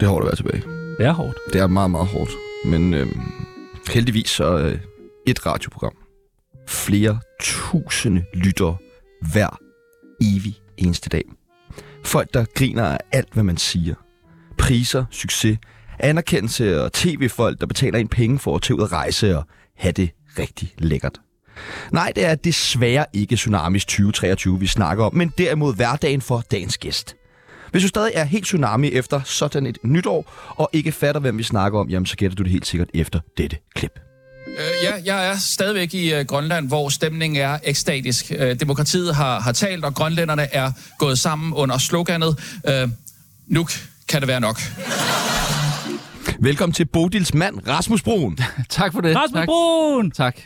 er hårdt at være tilbage. Det er hårdt. Det er meget, meget hårdt. Men øh, heldigvis så øh, et radioprogram. Flere tusinde lyttere hver evig eneste dag. Folk, der griner af alt, hvad man siger. Priser, succes, anerkendelse og tv-folk, der betaler en penge for at tage ud og rejse og have det rigtig lækkert. Nej, det er desværre ikke Tsunamis 2023, vi snakker om, men derimod hverdagen for dagens gæst. Hvis du stadig er helt Tsunami efter sådan et nytår, og ikke fatter, hvem vi snakker om, jamen så gætter du det helt sikkert efter dette klip. Øh, ja, jeg er stadigvæk i øh, Grønland, hvor stemningen er ekstatisk. Øh, demokratiet har, har talt, og grønlænderne er gået sammen under sloganet øh, Nu kan det være nok. Velkommen til Bodils mand, Rasmus Broen. Tak for det. Rasmus tak. Brun! tak.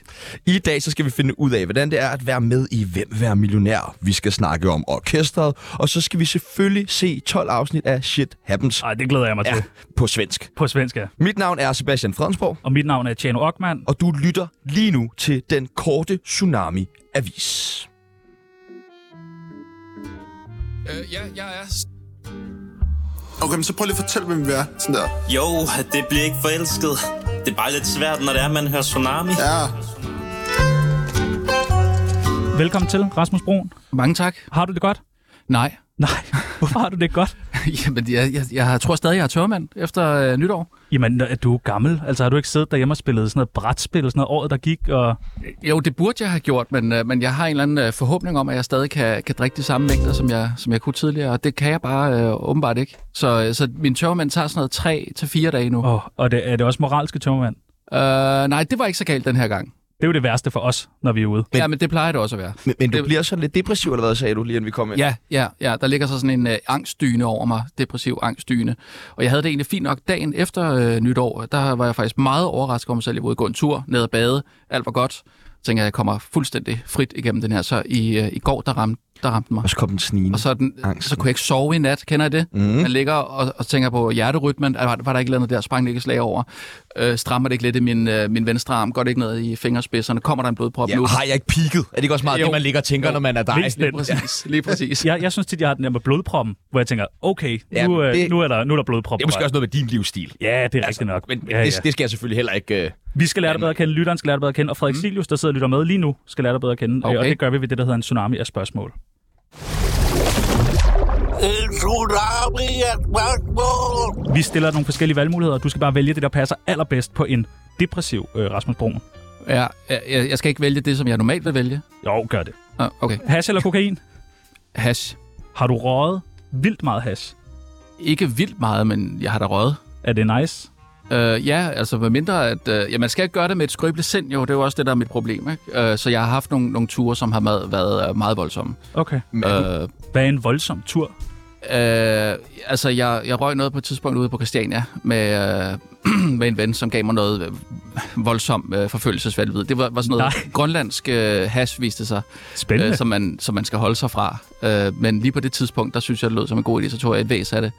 I dag så skal vi finde ud af, hvordan det er at være med i Hvem vil være millionær. Vi skal snakke om orkestret, og så skal vi selvfølgelig se 12 afsnit af Shit Happens Ej, det glæder jeg mig til. ja, på svensk. På svensk, ja. Mit navn er Sebastian Fredensborg, Og mit navn er Tjano Ockmann. og du lytter lige nu til den korte Tsunami Avis. Øh, ja, jeg er Okay, men så prøv lige at fortælle, hvem vi er. Sådan der. Jo, det bliver ikke forelsket. Det er bare lidt svært, når det er, man hører tsunami. Ja, Velkommen til, Rasmus Brun. Mange tak. Har du det godt? Nej. Nej, hvorfor har du det godt? Jamen, jeg, jeg, jeg tror stadig, jeg er tørmand efter øh, nytår. Jamen, er du gammel? Altså, har du ikke siddet derhjemme og spillet sådan noget brætspil, sådan noget året, der gik? Og... Jo, det burde jeg have gjort, men, øh, men jeg har en eller anden øh, forhåbning om, at jeg stadig kan, kan drikke de samme mængder, som jeg, som jeg kunne tidligere. Og det kan jeg bare øh, åbenbart ikke. Så, øh, så min tørmand tager sådan noget tre til fire dage nu. Oh. Oh, og det, er det også moralske tømmermand? Øh, nej, det var ikke så galt den her gang. Det er jo det værste for os, når vi er ude. Men... Ja, men det plejer det også at være. Men, men du Det- bliver sådan lidt depressiv, eller hvad sagde du lige, inden vi kom ind? Ja, ja, ja. Der ligger så sådan en øh, angstdyne over mig, depressiv angstdyne. Og jeg havde det egentlig fint nok dagen efter øh, nytår. Der var jeg faktisk meget overrasket over mig selv. Jeg var ude og gå en tur, ned og bade. Alt var godt. Så tænkte jeg, jeg kommer fuldstændig frit igennem den her. Så i, øh, i går, der ramte, der ramte den mig. Og så kom den snigende. Og så, er den, Angsten. så kunne jeg ikke sove i nat, kender I det? Mm. Man ligger og, og tænker på hjerterytmen, altså, var, var der ikke noget der, sprang det ikke et slag over? Øh, strammer det ikke lidt i min, øh, min venstre arm? Går det ikke ned i fingerspidserne? Kommer der en blodprop Ja, nu? har jeg ikke peaked? Er det ikke også meget jo. Jo. det, man ligger og tænker, jo. når man er dig? Vist Lige den. præcis, lige præcis. Jeg, jeg synes tit, jeg har den der med blodproppen, hvor jeg tænker, okay, nu, Ja, men øh, det- nu, er, der, nu er der blodprop. Det er måske også noget med din livsstil. Ja, det er altså, rigtigt nok. Men, men ja, det, ja. det skal jeg selvfølgelig heller ikke... Øh... Vi skal lære dig bedre at kende, lytteren skal lære dig bedre at kende, og Frederik mm. Silius, der sidder og lytter med lige nu, skal lære dig bedre at kende. Okay. Og Okay. det gør vi ved det, der hedder en tsunami af spørgsmål. Vi stiller nogle forskellige valgmuligheder, og du skal bare vælge det, der passer allerbedst på en depressiv øh, Rasmus Broen. Ja, jeg, jeg jeg skal ikke vælge det, som jeg normalt vil vælge. Jo, gør det. Ah, okay. Hash eller kokain? Hash. Har du røget vildt meget hash? Ikke vildt meget, men jeg har da røget. Er det nice? Uh, ja, altså hvad mindre, at uh, ja, man skal ikke gøre det med et skrøbeligt sind, jo. Det er jo også det, der er mit problem, ikke? Uh, så jeg har haft nogle, nogle ture, som har været, været øh, meget voldsomme. Okay. Uh, Hvad er en voldsom tur? Øh, altså, jeg, jeg røg noget på et tidspunkt ude på Christiania med, øh, med en ven, som gav mig noget øh, voldsom øh, forfølgelsesvalgvid. Det var, var sådan noget Nej. Nej. grønlandsk øh, hash, viste det sig, Spændende. øh, som, man, som man skal holde sig fra. Øh, men lige på det tidspunkt, der synes jeg, det lød som en god idé, så tog jeg et væs af det.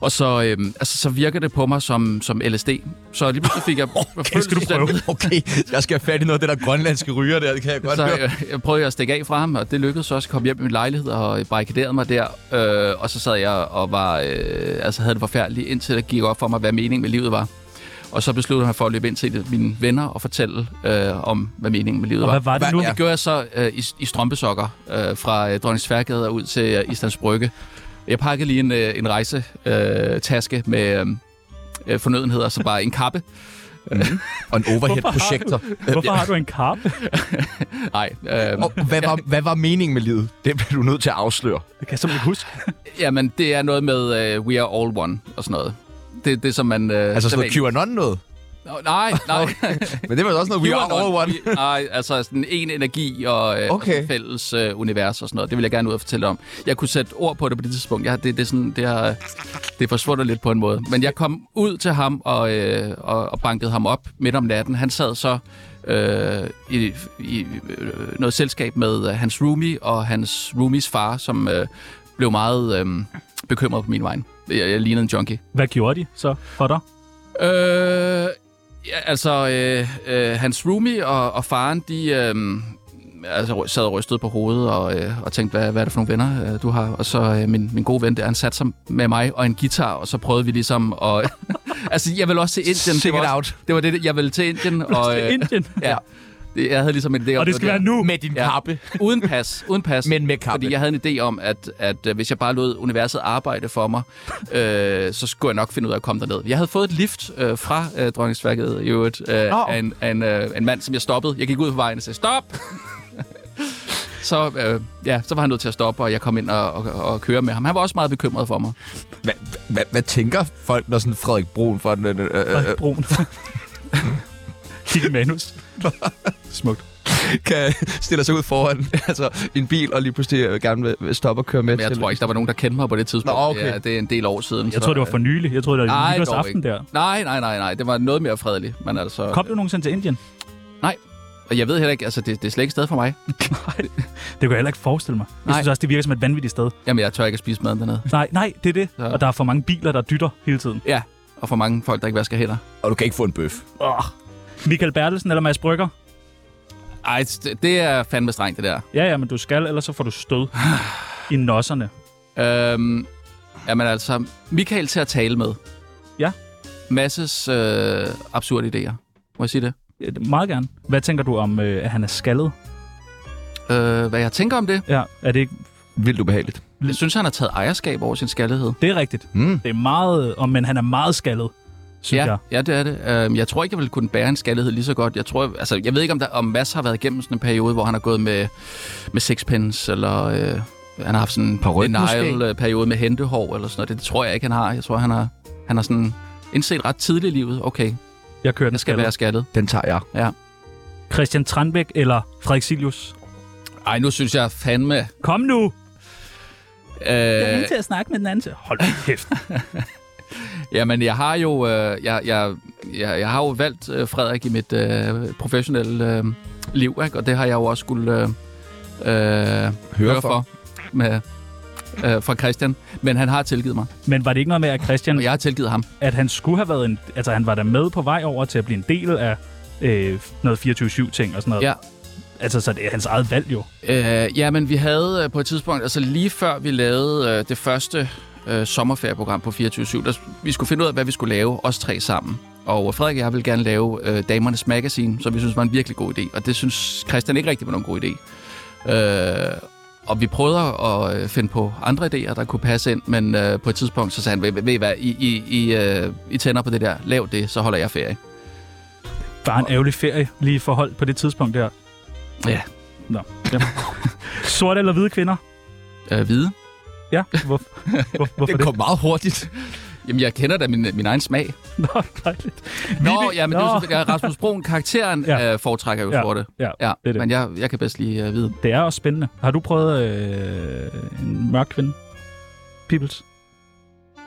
Og så, øh, altså, så virker det på mig som, som LSD. Så lige pludselig fik jeg Okay, skal du prøve? øh, Okay, jeg skal have fat i noget af det der grønlandske ryger der, det kan jeg godt Så øh, høre. jeg, jeg prøvede at stikke af fra ham, og det lykkedes også. Kom hjem i min lejlighed og barrikaderede mig der. Øh, og så sad jeg og var, øh, altså havde det forfærdeligt, indtil det gik op for mig, hvad meningen med livet var. Og så besluttede jeg for at løbe ind til det- mine venner og fortælle øh, om, hvad meningen med livet Og var. hvad var det Hvad- nu? ja. Det gjorde jeg så øh, i, i strømpesokker øh, fra øh, Dronning Sværgade og ud til øh, Islands Brygge. Jeg pakkede lige en, øh, en rejsetaske øh, taske med øh, øh, fornødenheder, så bare en kappe. Og en overhead-projektor. Hvorfor har du en karpe? Nej, øh, Og hvad var, hvad var meningen med livet? Det bliver du nødt til at afsløre. Det kan jeg simpelthen ikke huske. Jamen, det er noget med uh, We Are All One og sådan noget. Det er det, som man... Uh, Altså sådan noget QAnon noget. Nå, nej, nej. Men det var jo også noget, we are all one. We- Nej, altså sådan en energi og øh, Okay. okay. fælles øh, univers og sådan noget. Det vil jeg gerne ud og fortælle om. Jeg kunne sætte ord på det på det tidspunkt. Jeg, det, det, er sådan, det, er, øh, det er forsvundet lidt på en måde. Men jeg kom ud til ham og, øh, og, og bankede ham op midt om natten. Han sad så øh, i, i øh, noget selskab med øh, hans roomie og hans roomies far, som øh, blev meget øh, bekymret på min vej. Jeg, jeg lignede en junkie. Hvad gjorde de så for dig? Øh, ja, altså, øh, øh, hans roomie og, og faren, de, øh, altså, ry- sad og rystede på hovedet og, øh, og tænkte, hvad, hvad er det for nogle venner, øh, du har? Og så øh, min, min gode ven der, han satte sig med mig og en guitar, og så prøvede vi ligesom at... altså, jeg ville også til Indien. Sing det var it også, out. Det var det, jeg ville til Indien. og, øh, Til Indien. Ja. Det, jeg havde ligesom en idé om... Og det skal var være nu. Med din Ja. kappe. Uden pas, uden pas. Men med kappe. Fordi jeg havde en idé om, at, at øh, hvis jeg bare lod universet arbejde for mig, øh, så skulle jeg nok finde ud af at komme derned. Jeg havde fået et lift øh, fra øh, dronningsværket i øvrigt, øh, af en, af en, øh, en mand, som jeg stoppede. Jeg gik ud på vejen og sagde, stop! så, øh, ja, så var han nødt til at stoppe, og jeg kom ind og, og, og køre med ham. Han var også meget bekymret for mig. Hvad, hvad, hvad tænker folk, når sådan Frederik Brun for den... Øh, øh, øh, Brun. Kig i manus. Smukt. kan stille sig ud foran altså, en bil, og lige pludselig øh, gerne vil- vil stoppe og køre med Men jeg til... tror ikke, der var nogen, der kendte mig på det tidspunkt. Nå, okay. ja, det er en del år siden. Jeg tror, det var for nylig. Jeg tror, det var Nej, dog nytårsaften ikke. der. Nej, nej, nej, nej. Det var noget mere fredeligt. Men altså, Kom du nogensinde til Indien? Og jeg ved heller ikke, altså det, det er slet ikke et sted for mig. Det kunne jeg heller ikke forestille mig. Jeg Nej. synes også, det virker som et vanvittigt sted. Jamen, jeg tør ikke at spise maden dernede. Nej, nej, det er det. Ja. Og der er for mange biler, der dytter hele tiden. Ja. Og for mange folk, der ikke vasker hænder. og du kan ikke få en bøf. Oh. Michael Bertelsen eller Mads Brygger? Ej, det- det er fandme strengt, det der. Ja, ja, men du skal, ellers så får du stød i nosserne. Øhm, jamen altså, Michael til at tale med. Ja. Masses øh, absurde idéer. Må jeg sige det? Ja, det- Meget gerne. Hvad tænker du om, øh, at han er skaldet? Øh, hvad jeg tænker om det? Ja, er det ikke... Vildt ubehageligt. Jeg synes, han har taget ejerskab over sin skaldighed. Det er rigtigt. Mm. Det er meget... Og, men han er meget skaldet, synes Hmm. Ja, jeg. ja, det er det. Øhm, jeg tror ikke, jeg ville kunne bære en skaldighed lige så godt. Jeg, tror, altså, jeg ved ikke, om, der, om Mads har været igennem sådan en periode, hvor han har gået med, med sixpence, eller øh, han har haft sådan en Paryk denial-periode med hentehår, eller sådan noget. Det, det tror jeg ikke, han har. Jeg tror, han har, han har sådan indset ret tidligt i livet, okay, Jeg kører den jeg skal skaldet. være skaldet. Den tager jeg. Christian Tranbæk eller Frederik Silius? Ej, nu synes jeg fandme... Øh, Kom nu! jeg til at snakke med den anden. Hold kæft. jamen, jeg har jo, øh, jeg, jeg, jeg, jeg har jo valgt øh, Frederik i mit øh, professionelle øh, liv, ikke? og det har jeg jo også skulle... Øh, øh, høre for med, øh, fra Christian, men han har tilgivet mig, Men var det ikke noget med, at Christian, og jeg har tilgivet ham. at han skulle have været en... Altså, han var der med på vej over til at blive en del af øh, noget 24-7-ting og sådan noget. Ja. Altså, så det er hans eget valg jo. Øh, ja, men vi havde øh, på et tidspunkt, altså lige før vi lavede øh, det første øh, sommerferieprogram på 24-7, der, vi skulle finde ud af, hvad vi skulle lave, os tre sammen. Og Frederik og jeg ville gerne lave øh, Damernes Magazine, som vi synes var en virkelig god idé, og det synes Christian ikke rigtig var nogen god idé. Øh, og vi prøvede at øh, finde på andre idéer, der kunne passe ind, men øh, på et tidspunkt så sagde han, ved, ved I hvad, I, I, I, øh, I tænder på det der, lav det, så holder jeg ferie. Bare en ærgerlig ferie lige forholdt på det tidspunkt der. Ja. Nå. Ja. Sorte eller hvide kvinder? Øh, vide. Ja, hvor, hvor, hvorfor det? Det kom meget hurtigt. Jamen, jeg kender da min, min egen smag. Nå, dejligt. Nå, Vivi- ja, men det er jo sådan, at Rasmus Broen, karakteren, Ja. ja. øh, foretrækker jo Ja. ja. sorte. Ja, Ja, det er det. men jeg, jeg kan bedst lige øh, vide. Det er også spændende. Har du prøvet øh, en mørk kvinde? Peoples,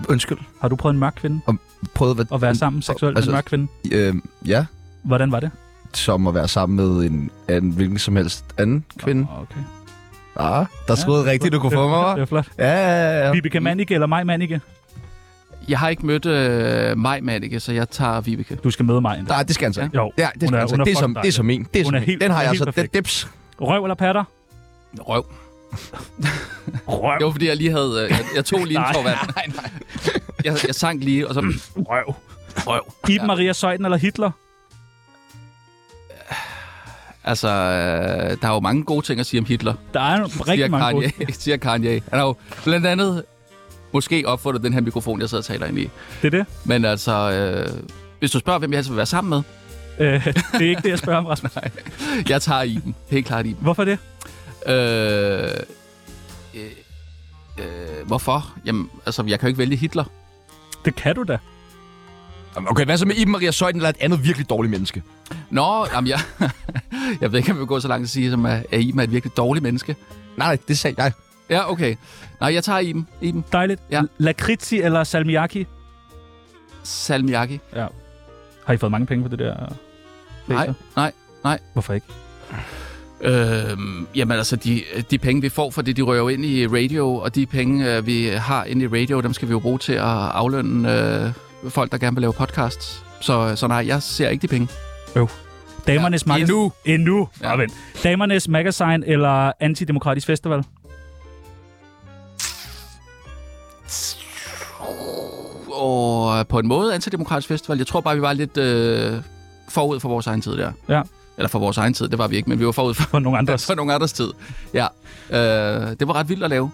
Undskyld. har du prøvet en mørk kvinde? Prøvede hvad, At være sammen seksuelt med altså- en mørk kvinde? Øh, ja, Hvordan var det? som at være sammen med en, en hvilken som helst anden kvinde. Nå, Okay. Ah, der stod ja, rigtigt, du kunne få mig, Det hva'? var flot. Ja, ja, ja. Vibeke Manike eller mig Manike? Jeg har ikke mødt øh, mig, Manneke, så jeg tager Vibeke. Du skal møde mig. endda. Nej, Ah, det skal han så ikke. Jo, Ja, det hun skal er- han så ikke. hun er Det er fucking som, det er som min. Det er Hun som er min. helt- Den har hun er jeg helt altså. Den perfekt. dips. Røv eller patter? Røv. Røv. Det var, fordi jeg lige havde... Øh, jeg, jeg tog lige en Nej, tår vand. Nej, nej. Jeg, jeg sang lige, og så... Røv. Røv. Iben Maria Søjden eller Hitler? Altså, øh, der er jo mange gode ting at sige om Hitler, Der er jo rigtig siger mange gode. Kanye. siger Kanye. Han har jo blandt andet måske opfundet den her mikrofon, jeg sidder og taler ind i. Det er det. Men altså, øh, hvis du spørger, hvem jeg helst vil være sammen med, Øh, det er ikke det, jeg spørger om, Rasmus. jeg tager Iben. Helt klart Iben. Hvorfor det? Øh, øh, øh, hvorfor? Jamen, altså, jeg kan jo ikke vælge Hitler. Det kan du da. Okay, hvad så med Iben Maria Søjden eller et andet virkelig dårligt menneske? Nå, jamen, jeg, jeg ved ikke, om jeg vil gå så langt at sige, som at, at Iben er et virkelig dårligt menneske. Nej, det sagde jeg. Ja, okay. Nej, jeg tager Iben. Iben. Dejligt. Ja. Lakritsi eller salmiakki? Salmiaki. Har I fået mange penge for det der? Nej, nej. Hvorfor ikke? Øhm, jamen altså, de, de penge, vi får for det, de rører jo ind i radio, og de penge, øh, vi har inde i radio, dem skal vi jo bruge til at aflønne øh, folk, der gerne vil lave podcasts. Så, så nej, jeg ser ikke de penge. Damernes ja, Magasin... endnu. Endnu. Ja. Ja. vent. Damernes Magasin eller Antidemokratisk Festival? Og på en måde antidemokratisk festival. Jeg tror bare, vi var lidt øh, forud for vores egen tid der. Ja. Eller for vores egen tid, det var vi ikke, men vi var forud for, For nogle andres. for nogle andres tid. Ja. Øh, det var ret vildt at lave.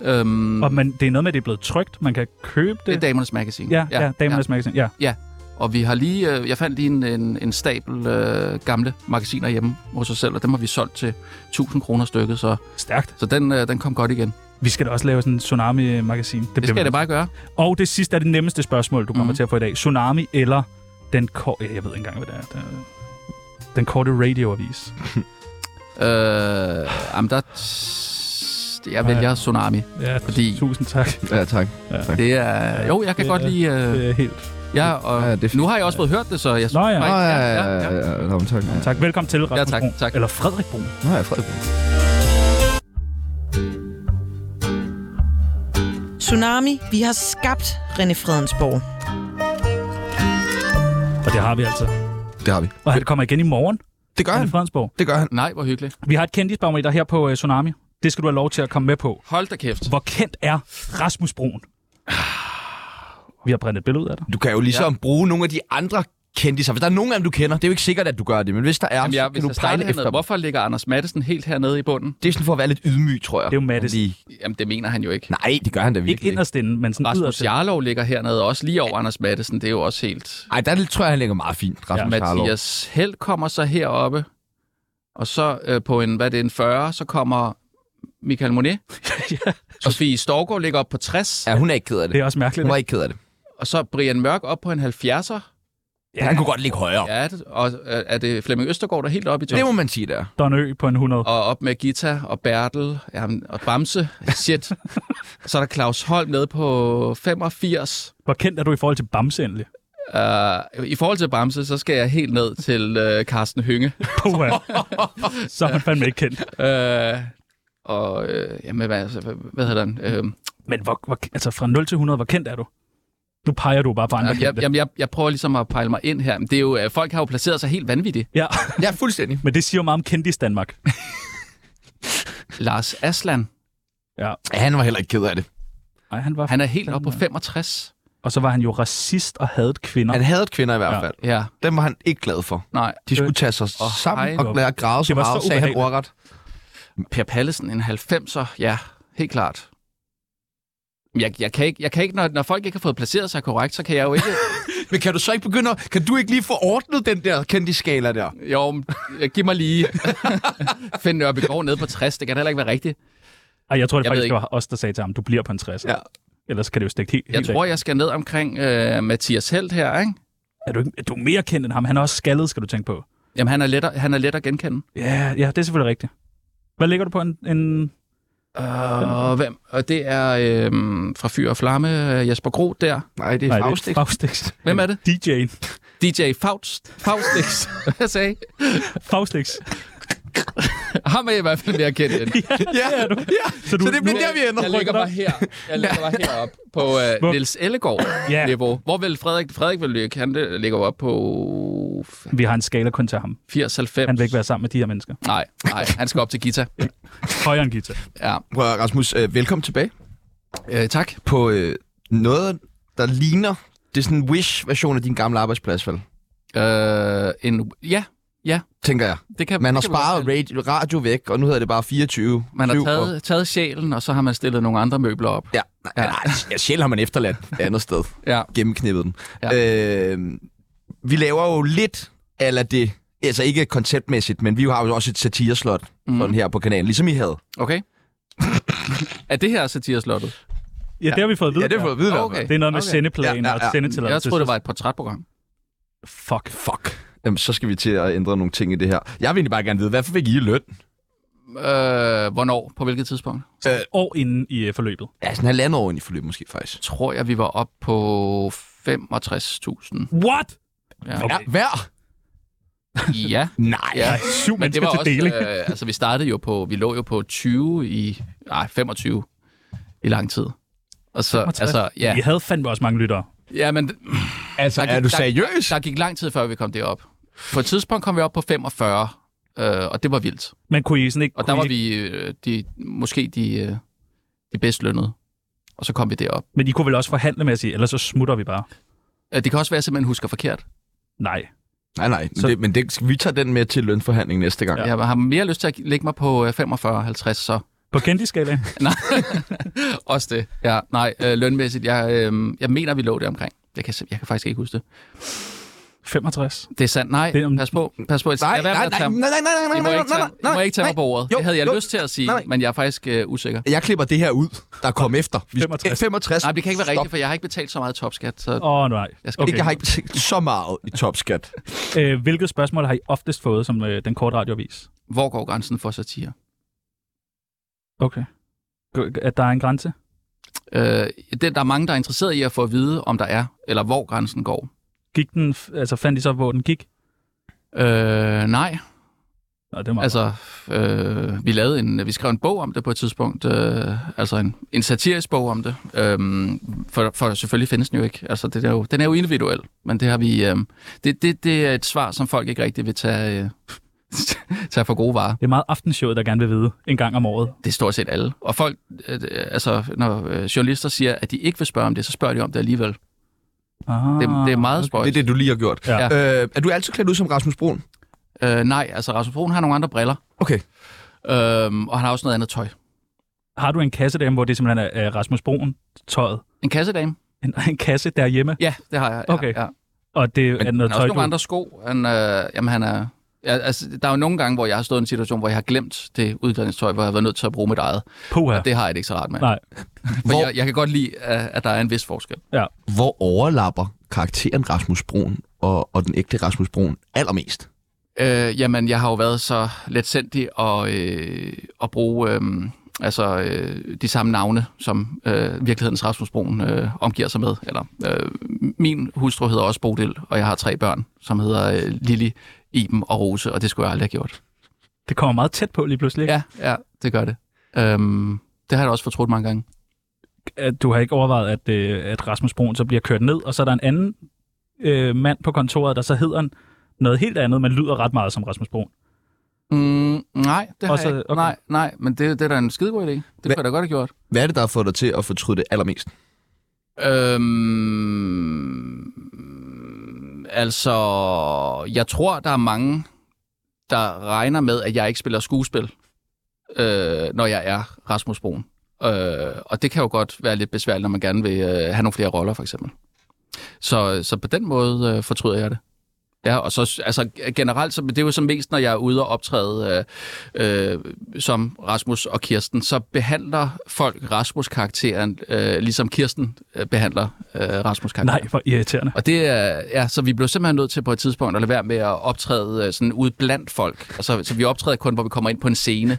Øhm, Og man, det er noget med, at det er blevet trygt. Man kan købe det. det er Damernes Magasin. ja, ja, Damernes ja. Magasin. Ja. Og vi har lige, øh, jeg fandt lige en, en, en stabel øh, gamle magasiner hjemme hos os selv, og dem har vi solgt til 1000 kroner stykket, så, Stærkt. så den, øh, den kom godt igen. Det, Vi skal da også lave sådan en Tsunami-magasin. det skal jeg da bare gøre. Og det sidste er det nemmeste spørgsmål, du kommer Mhm. mm. til at få i dag. Tsunami eller den korte... Jeg ved ikke engang, hvad det er. Den, den korte radioavis. Øh, jamen, der, jeg vælger Tsunami. Ja, Fordi- Tusind tak. Ja, tak. Det er, jo, jeg kan Det godt er- lide... Øh, Det er helt... ja, og Ja, det er nu har jeg også fået hørt det, så jeg synes... Nå ja. faktisk- Nå, ja, ja, ja, ja. ja, ja. Nå, men tak. Ja. Tak. Velkommen til, Rasmus tak, Brun. tak. Eller Frederik Brun. Nå, ja, Frederik. Tsunami, vi har skabt René Fredensborg. Og det har vi altså. Det har vi. Og han kommer igen i morgen. Det gør René han. Fredensborg. Det gør han. Nej, hvor hyggeligt. Vi har et kendisbarometer her på øh, Tsunami. Det skal du have lov til at komme med på. Hold da kæft. Hvor kendt er Rasmus Brun? Vi har printet et billede ud af dig. Du kan jo ligesom ja. bruge nogle af de andre kendte sig. Hvis der er nogen af dem, du kender, det er jo ikke sikkert, at du gør det, men hvis der er, Jamen, så jeg, kan hvis du jeg starter pejle efter hernede, dem. hvorfor ligger Anders Madsen helt hernede i bunden? Det er sådan for at være lidt ydmyg, tror jeg. Det er jo Mattis. Lige- Jamen, det mener han jo ikke. Nej, det gør han da Ikke virkelig ikke. inderst inde, men sådan Rasmus yderst. Jarlov ligger hernede også lige over Anders Madsen. Det er jo også helt... Nej, der tror jeg, han ligger meget fint, Rasmus ja, Harlov. Mathias Held kommer så heroppe, og så øh, på en, hvad er det, en 40, så kommer Michael Monet. Sofie Storgård ligger op på 60, ja. Ja, hun er ikke ked af det. Det er også mærkeligt. Hun var ikke ked af det. og så Brian Mørk op på en 70'er. Ja. Han kunne godt ligge højere. Ja. Ja, det- og øh, er det Flemming Østergaard, der er helt oppe i top? Det må man sige, der. Don Ø på en 100. Og op med Gita og Bertel jamen, og Bamse. Shit. så er der Claus Holm nede på 85. Hvor kendt er du i forhold til Bamse endelig? Uh, I forhold til Bamse, så skal jeg helt ned til øh, Carsten Hynge. Puha. Så er man fandme ikke kendt. Øh, og øh, jamen, hvad, altså, hvad, hvad hedder den? Øh, Men hvor, hvor, altså fra 0 til 100, hvor kendt er du? Nu peger du bare på andre jamen, jeg, kendte. jamen, jeg, jeg prøver ligesom at pejle mig ind her. Men det er jo, øh, folk har jo placeret sig helt vanvittigt. Ja, Ja, fuldstændig. men det siger jo meget om kendis Danmark. Lars Aslan, Han var heller ikke ked af det. Nej, han var... han er helt oppe på 65. Og så var han jo racist og havde kvinder. Han havde kvinder i hvert Ja. fald. Ja, Dem var han ikke glad for. nej. De skulle tage sig Åh, sammen hej, og lære at græde så Det var meget, så sagde han ubehageligt. ordret. Per Pallesen, en 90'er. Ja, helt klart. Jeg, jeg kan ikke, jeg kan ikke når, når folk ikke har fået placeret sig korrekt, så kan jeg jo ikke... Men kan du så ikke begynde at... Kan du ikke lige få ordnet den der kendtiskala der? jo, men, øh, giv mig lige... Find Nørbegård nede på 60, det kan heller ikke være rigtigt. Og jeg tror det Jeg ved faktisk, ikke. det var os, der sagde til ham, du bliver på en 60. Ja. Ellers kan det jo stikke helt, Jeg helt tror, af. jeg skal ned omkring øh, Mathias Helt her, ikke? Er du, ikke, du er mere kendt end ham. Han er også skaldet, skal du tænke på. Jamen, han er let at, han er let at genkende. Ja, ja, det er selvfølgelig rigtigt. Hvad ligger du på en... en... Og, hvem? og det er øh, fra Fyr og Flamme, øh, Jesper Gro der. Nej, det er Faustix. Faustix. Hvem er det? DJ'en. DJ Faust. Faustix. Hvad sagde I? Faustix. Ham er jeg i hvert fald mere kendt end. Ja, Det er du. ja. Så, du, Så det bliver der, vi ender. Jeg ligger bare her. Jeg ligger bare heroppe på øh, Hvor- Nils Ellegaard Ja. niveau. Hvor vil Frederik, Frederik vil ligge? Han øh, ligger jo op på Vi har en skala kun til ham. 80-90. Han vil ikke være sammen med de her mennesker. Nej, nej, han skal op til guitar. Højere end guitar. Ja. Prøv, at- Rasmus, øh, velkommen tilbage Øh, tak. på øh, noget, der ligner... Det er sådan en Wish-version af din gamle arbejdsplads, vel? Øh, en, ja, Tænker jeg. det kan Man har det kan godt sparet være. radio, radio væk, og nu hedder det bare 24. Man har syv, og- taget, taget sjælen, og så har man stillet nogle andre møbler op. Ja, nej, ja. nej ja, sjæl har man efterladt et andet sted. Ja. Gennemknippet den. Ja. Øh, vi laver jo lidt af det, altså ikke konceptmæssigt, men vi har jo også et satireslot mm. sådan her på kanalen, ligesom I havde. Okay. er det her satireslottet? Ja, det har vi fået at vide. Ja, det har vi fået at vide. i hvert Okay. fald. Det er noget med Okay. sendeplanen Ja, ja, ja, ja, ja. og sendetilladelsen. Jeg troede, det var et portrætprogram. Fuck. Fuck. Jamen, så skal vi til at ændre nogle ting i det her. Jeg vil egentlig bare gerne vide, hvorfor fik I løn? Øh, hvornår? På hvilket tidspunkt? År inden i øh, forløbet. Ja, sådan halvandet år ind i forløbet måske faktisk. Tror jeg, vi var op på 65.000. What? Ja. Okay. Ja, hver? ja. Nej. ja. Syv Men det mennesker var til deling. også, øh, altså vi startede jo på, vi lå jo på 20 i, nej, 25 i lang tid. Og så, 65? altså, ja. Vi havde fandme også mange lyttere. ja men, Altså, Der er gik- du der- seriøs? der gik lang tid, før vi kom det op. På et tidspunkt kom vi op på 45, øh, og det var vildt. Men kunne I sådan ikke... Og der kunne var I, ikke- vi øh, de, måske de, øh, de bedst lønnede. Og så kom vi derop. Men I kunne vel også forhandle med at sige, ellers så smutter vi bare. Øh, Det kan også være, at jeg simpelthen husker forkert. Nej. Nej, nej. Men, Så- det, men det, vi tager den med til lønforhandling næste gang. Ja. Jeg har mere lyst til at lægge mig på 45-50, så. På kendiskalaen? Nej, også det. Ja, nej, øh, lønmæssigt. Jeg, øh, jeg mener, vi lå det omkring. Jeg kan, sim- jeg kan faktisk ikke huske det. 65. Det er sandt. Nej, Det er om- pas på. Pas på. Nej, Lad være med nej, at nej, nej, tage- nej, nej, nej, I må nej, ikke nej, tage, I må nej, ikke tage mig nej. på ordet. Jo, det havde jeg jo. lyst til at sige, Nej, nej. men jeg er faktisk øh, usikker. Jeg klipper det her ud, der kom efter. Vi- 65. 65. Nej, det kan ikke være Stop. rigtigt, for jeg har ikke betalt så meget topskat. Så Åh, oh, nej. jeg skal Ikke, jeg har ikke tænkt så meget i topskat. Øh, hvilket spørgsmål har I oftest fået som øh, den korte radioavis? Hvor går grænsen for satire? Okay. G- At der er en grænse? Øh, det, der er mange, der er interesseret i at få at vide, om der er, eller hvor grænsen går. Gik den, f- altså fandt I så, hvor den gik? Øh, nej, Nå, det var altså, øh, vi, lavede en, vi skrev en bog om det på et tidspunkt, øh, altså en, en satirisk bog om det, øh, for, for selvfølgelig findes den jo ikke. Altså, det er jo, den er jo individuel, men det har vi, øh, det, det, det er et svar, som folk ikke rigtig vil tage, øh, tage for gode varer. Det er meget aftenshowet, der gerne vil vide en gang om året. Det er stort set alle. Og folk, øh, altså, når øh, journalister siger, at de ikke vil spørge om det, så spørger de om det alligevel. Det, Ah, det er meget Det er spøjt. det, du lige har gjort. Ja. Øh, er du altid klædt ud som Rasmus Brun? Øh, nej, altså Rasmus Broen har nogle andre briller, Okay. øhm, og han har også noget andet tøj. Har du en kasse derhjemme, hvor det simpelthen er øh, Rasmus Broen tøjet? En kassedame? En, en kasse derhjemme, Ja, det har jeg. Okay. Ja, ja. og det Men er han har noget også tøj, nogle du... andre sko. Han, øh, jamen, han er... Ja, altså, der er jo nogle gange, hvor jeg har stået i en situation, hvor jeg har glemt det udklædningstøj, hvor jeg har været nødt til at bruge mit eget. Puha. Det har jeg det ikke så rart med. Nej. For jeg, jeg kan godt lide, at at der er en vis forskel. Hvor overlapper karakteren Rasmus Brun og, og den ægte Rasmus Brun allermest? Øh, jamen, jeg har jo været så letsindig at, øh, at bruge øh, altså, øh, de samme navne, som øh, virkelighedens Rasmus Broen øh, omgiver sig med. Eller, øh, min hustru hedder også Bodil, og jeg har tre børn, som hedder øh, Lili, Iben og Rose, og det skulle jeg aldrig have gjort. Det kommer meget tæt på lige pludselig. ikke? Ja, ja det gør det. Øhm, det har jeg da også fortrudt mange gange. At Du har ikke overvejet, at, øh, at Rasmus Broen så bliver kørt ned, og så er der en anden øh, mand på kontoret, der så hedder en noget helt andet, men lyder ret meget som Rasmus Broen. Mm, nej, det har Og så- jeg ikke. okay. Okay. Nej, nej, men det, det er da en skidegod idé. Det kunne jeg da godt have gjort. Hvad er det, der har fået dig til at fortryde det allermest? Øhm, altså, jeg tror, der er mange, der regner med, at jeg ikke spiller skuespil, øh, når jeg er Rasmus Broen. Øh, og det kan jo godt være lidt besværligt, når man gerne vil øh, have nogle flere roller, for eksempel. Så, så på den måde øh, fortryder jeg det. Ja, og så altså, generelt, så, det er jo så mest, når jeg er ude og optræde øh, øh, som Rasmus og Kirsten, så behandler folk Rasmus-karakteren, øh, ligesom Kirsten øh, behandler øh, Rasmus-karakteren. Nej, hvor irriterende. Og det er, ja, så vi blev simpelthen nødt til på et tidspunkt at lade være med at optræde øh, sådan ude blandt folk. Altså, så vi optræder kun, hvor vi kommer ind på en scene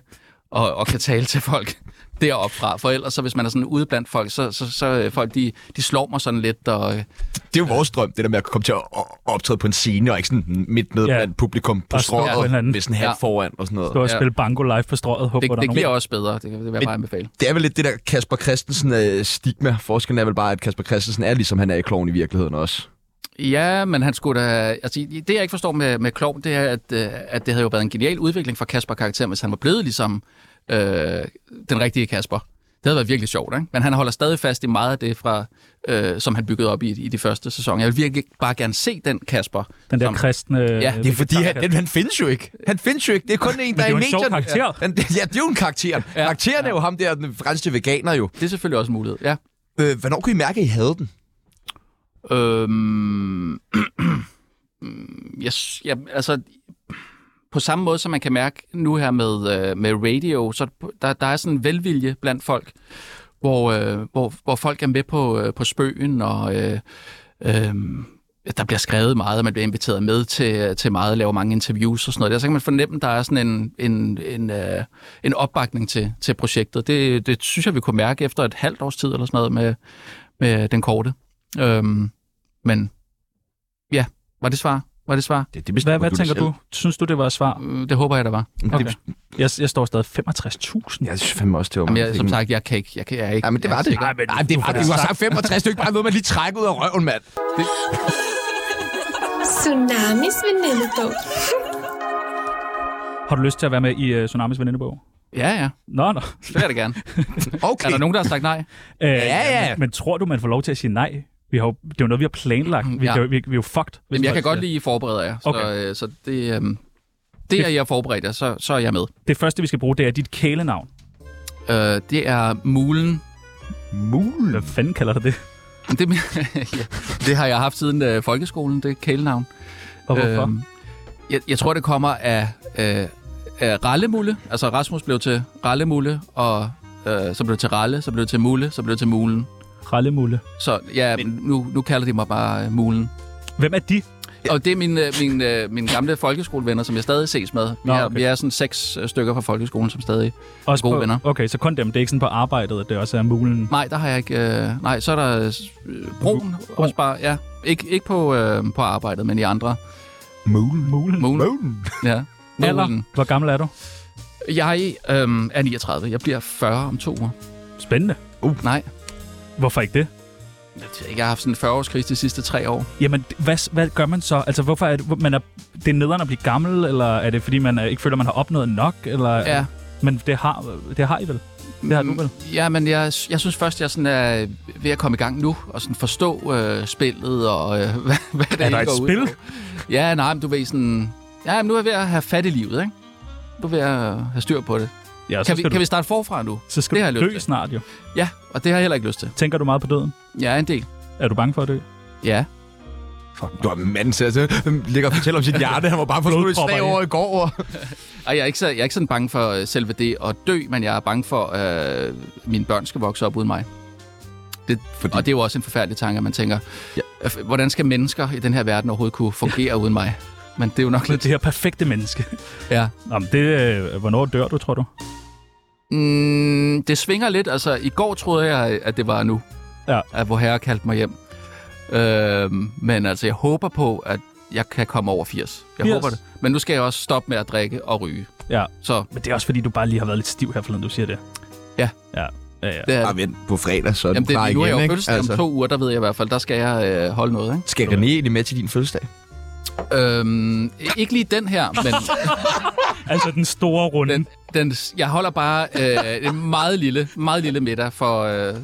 og, og kan tale til folk deroppe fra. For ellers, så hvis man er sådan ude blandt folk, så, så, så øh, folk, de, de slår mig sådan lidt. Og, øh, Det er jo vores drøm, det der med at komme til at o- optræde på en scene, og ikke sådan midt nede Ja. ja. blandt publikum på Og stå på en strået, eller anden. med sådan halvt Ja. foran og sådan noget. Du har Ja. spille bango live på strøget. Håber, det, der er det nogen- bliver også bedre, det, kan- det vil jeg bare anbefale. Det er vel lidt det der Kasper Christensen-stigma. Forskellen er vel bare, at Kasper Christensen er ligesom han er i kloven i virkeligheden også. Ja, men han skulle da... Altså, det jeg ikke forstår med, med Klovn, det er, at, øh, at det havde jo været en genial udvikling for Kasper karakteren, hvis han var blevet ligesom øh, den rigtige Kasper. Det havde været virkelig sjovt, ikke? Men han holder stadig fast i meget af det, fra, øh, som han byggede op i, i de første sæsoner. Jeg vil virkelig bare gerne se den Kasper. Den der som- kristne... øh, Ja, Det er fordi, han, den, han findes jo ikke. Han findes jo ikke. Det er kun en, der det er jo i en sjov medierne. karakter. Ja. Han, ja, det er jo en karakter. Ja. Karakteren ja. er jo ham der, den franske veganer jo. Det er selvfølgelig også en mulighed, ja. Øh, hvornår kunne I mærke, at I havde den? Øhm, jeg, s- jeg, altså, på samme måde, som man kan mærke nu her med, øh, med radio, så er det på- der, der er sådan en velvilje blandt folk, hvor, øh, hvor, hvor folk er med på, øh, på spøgen, og øh, øh, der bliver skrevet meget, og man bliver inviteret med til, til meget, laver mange interviews og sådan noget. Der, så kan man fornemme, at der er sådan en, en, en, øh, en opbakning til, til projektet. Det, det synes jeg, vi kunne mærke efter et halvt års tid eller sådan noget med, med den korte. Øhm, men ja, var det svar? Var det svar? Det, det Hvad, hvad tænker du? Synes du, det var et svar? Øh, Det håber jeg, der var. Okay. Jeg, jeg står stadig 65.000. Jeg synes fandme også, det var Jamen, mange jeg, som penge. sagt, jeg kan ikke. Jeg, kan, jeg er ikke Ja, men det var det. Nej, men Nej, det var det. Du har sagt 65 stykker, bare noget, man lige trækker ud af røven, mand. Tsunamis venindebog. Har du lyst til at være med i uh, Tsunamis venindebog? Ja, ja. Nå, nå. Det vil jeg da gerne. Okay. Er der nogen, der har sagt nej? Øh, ja. Men, men tror du, man får lov til at sige nej? Vi har jo, det er jo noget, vi har planlagt. Vi, Mm, Ja. ja. kan, jo- vi, vi er jo fucked. hvis Jamen, jeg folk kan godt siger- lige forberede jer. Så, Okay. okay. øh, så det, øhm, det er jeg forberedt jer, så, så er jeg med. Det første, vi skal bruge, det er dit kælenavn. Øh, det er mulen. Mm. Hvad fanden kalder du det? Det, ja, det har jeg haft siden øh, folkeskolen, det er kælenavn. Og hvorfor? Øhm, jeg, jeg tror, det kommer af, øh, af Rallemulle. Altså, Rasmus blev til Rallemulle, og øh, så blev det til Ralle, så blev det til Mulle, så blev det til Mulen. Rallemulle. Så ja, Men... nu, nu kalder de mig bare øh, Mulen. Hvem er de? Og det er mine, øh, mine, øh, mine gamle folkeskolevenner, som jeg stadig ses med. Vi, Nå, er, okay. vi er sådan seks øh, stykker fra folkeskolen, som stadig... Også Gode på, venner. Okay, så kun dem. Det er ikke sådan på arbejdet, at det også er mulen. Nej, der har jeg ikke... Øh, nej, så er der øh, Broen, også bare... Ja, ikke, ikke på, øh, på arbejdet, men i andre. Mulen. Mulen. Mulen. Ja. Mulen. Alder. Hvor gammel er du? Jeg øhm, er 39. Jeg bliver 40 om to uger. Spændende. Uh. Nej, Hvorfor ikke det? jeg ved ikke, jeg har haft sådan en 40-årskrise de sidste tre år. Jamen, d- hvad, hvad gør man så? Altså, hvorfor er det, hvor- man er, det er nederen at blive gammel, eller er det, fordi man er, ikke føler, man har opnået nok? Eller, Ja. Mm, Men det har, det har I vel? Det har du vel? Ja, men jeg, jeg synes først, jeg sådan er ved at komme i gang nu, og sådan forstå øh, spillet, og øh, hvad, hvad det Er der hele et går ud spil? på. Ja, nej, men du ved sådan... Ja, men nu er jeg ved at have fat i livet, ikke? Du er ved at have styr på det. Ja, så Kan vi, skal, kan du, vi starte forfra nu? så skal det har jeg du lyst dø til. snart jo. Ja, og det har jeg heller ikke lyst til. Tænker du meget på døden? Jeg er en del. Er du bange for at dø? Ja. Du har manden til at ligge og fortælle om sit hjerte. Han var bare for et Blodpropper slag i. over i går. og- Og jeg er ikke, så, jeg er ikke sådan bange for øh, selve det at dø, men jeg er bange for, at øh, mine børn skal vokse op uden mig. Det, Fordi... Og det er jo også en forfærdelig tanke, at man tænker, ja. hvordan skal mennesker i den her verden overhovedet kunne fungere uden mig? Men det er jo nok lidt... Det her perfekte menneske. Ja. Nå, men det, øh, hvornår dør du, tror du? Mm, det svinger lidt. Altså, i går troede jeg, at det var nu, Ja. at hvor herre kaldte mig hjem. Øh, men altså, jeg håber på, at jeg kan komme over 80. Jeg 80? håber det. Men nu skal jeg også stoppe med at drikke og ryge. Ja. Så Men det er også fordi, du bare lige har været lidt stiv her forleden, du siger det. Ja. Ja, ja, ja. det er, Bare vent på fredag, så Ah, er Jamen, du det, klar nu igen, er jeg jo ikke? fødselsdag altså. om to uger, der ved jeg i hvert fald. Der skal jeg øh, holde noget, ikke? Skal René egentlig med til din fødselsdag? Øhm, ikke lige den her, men Altså den store runde. den, den, jeg holder bare øh, en meget lille, meget lille middag for... Øh,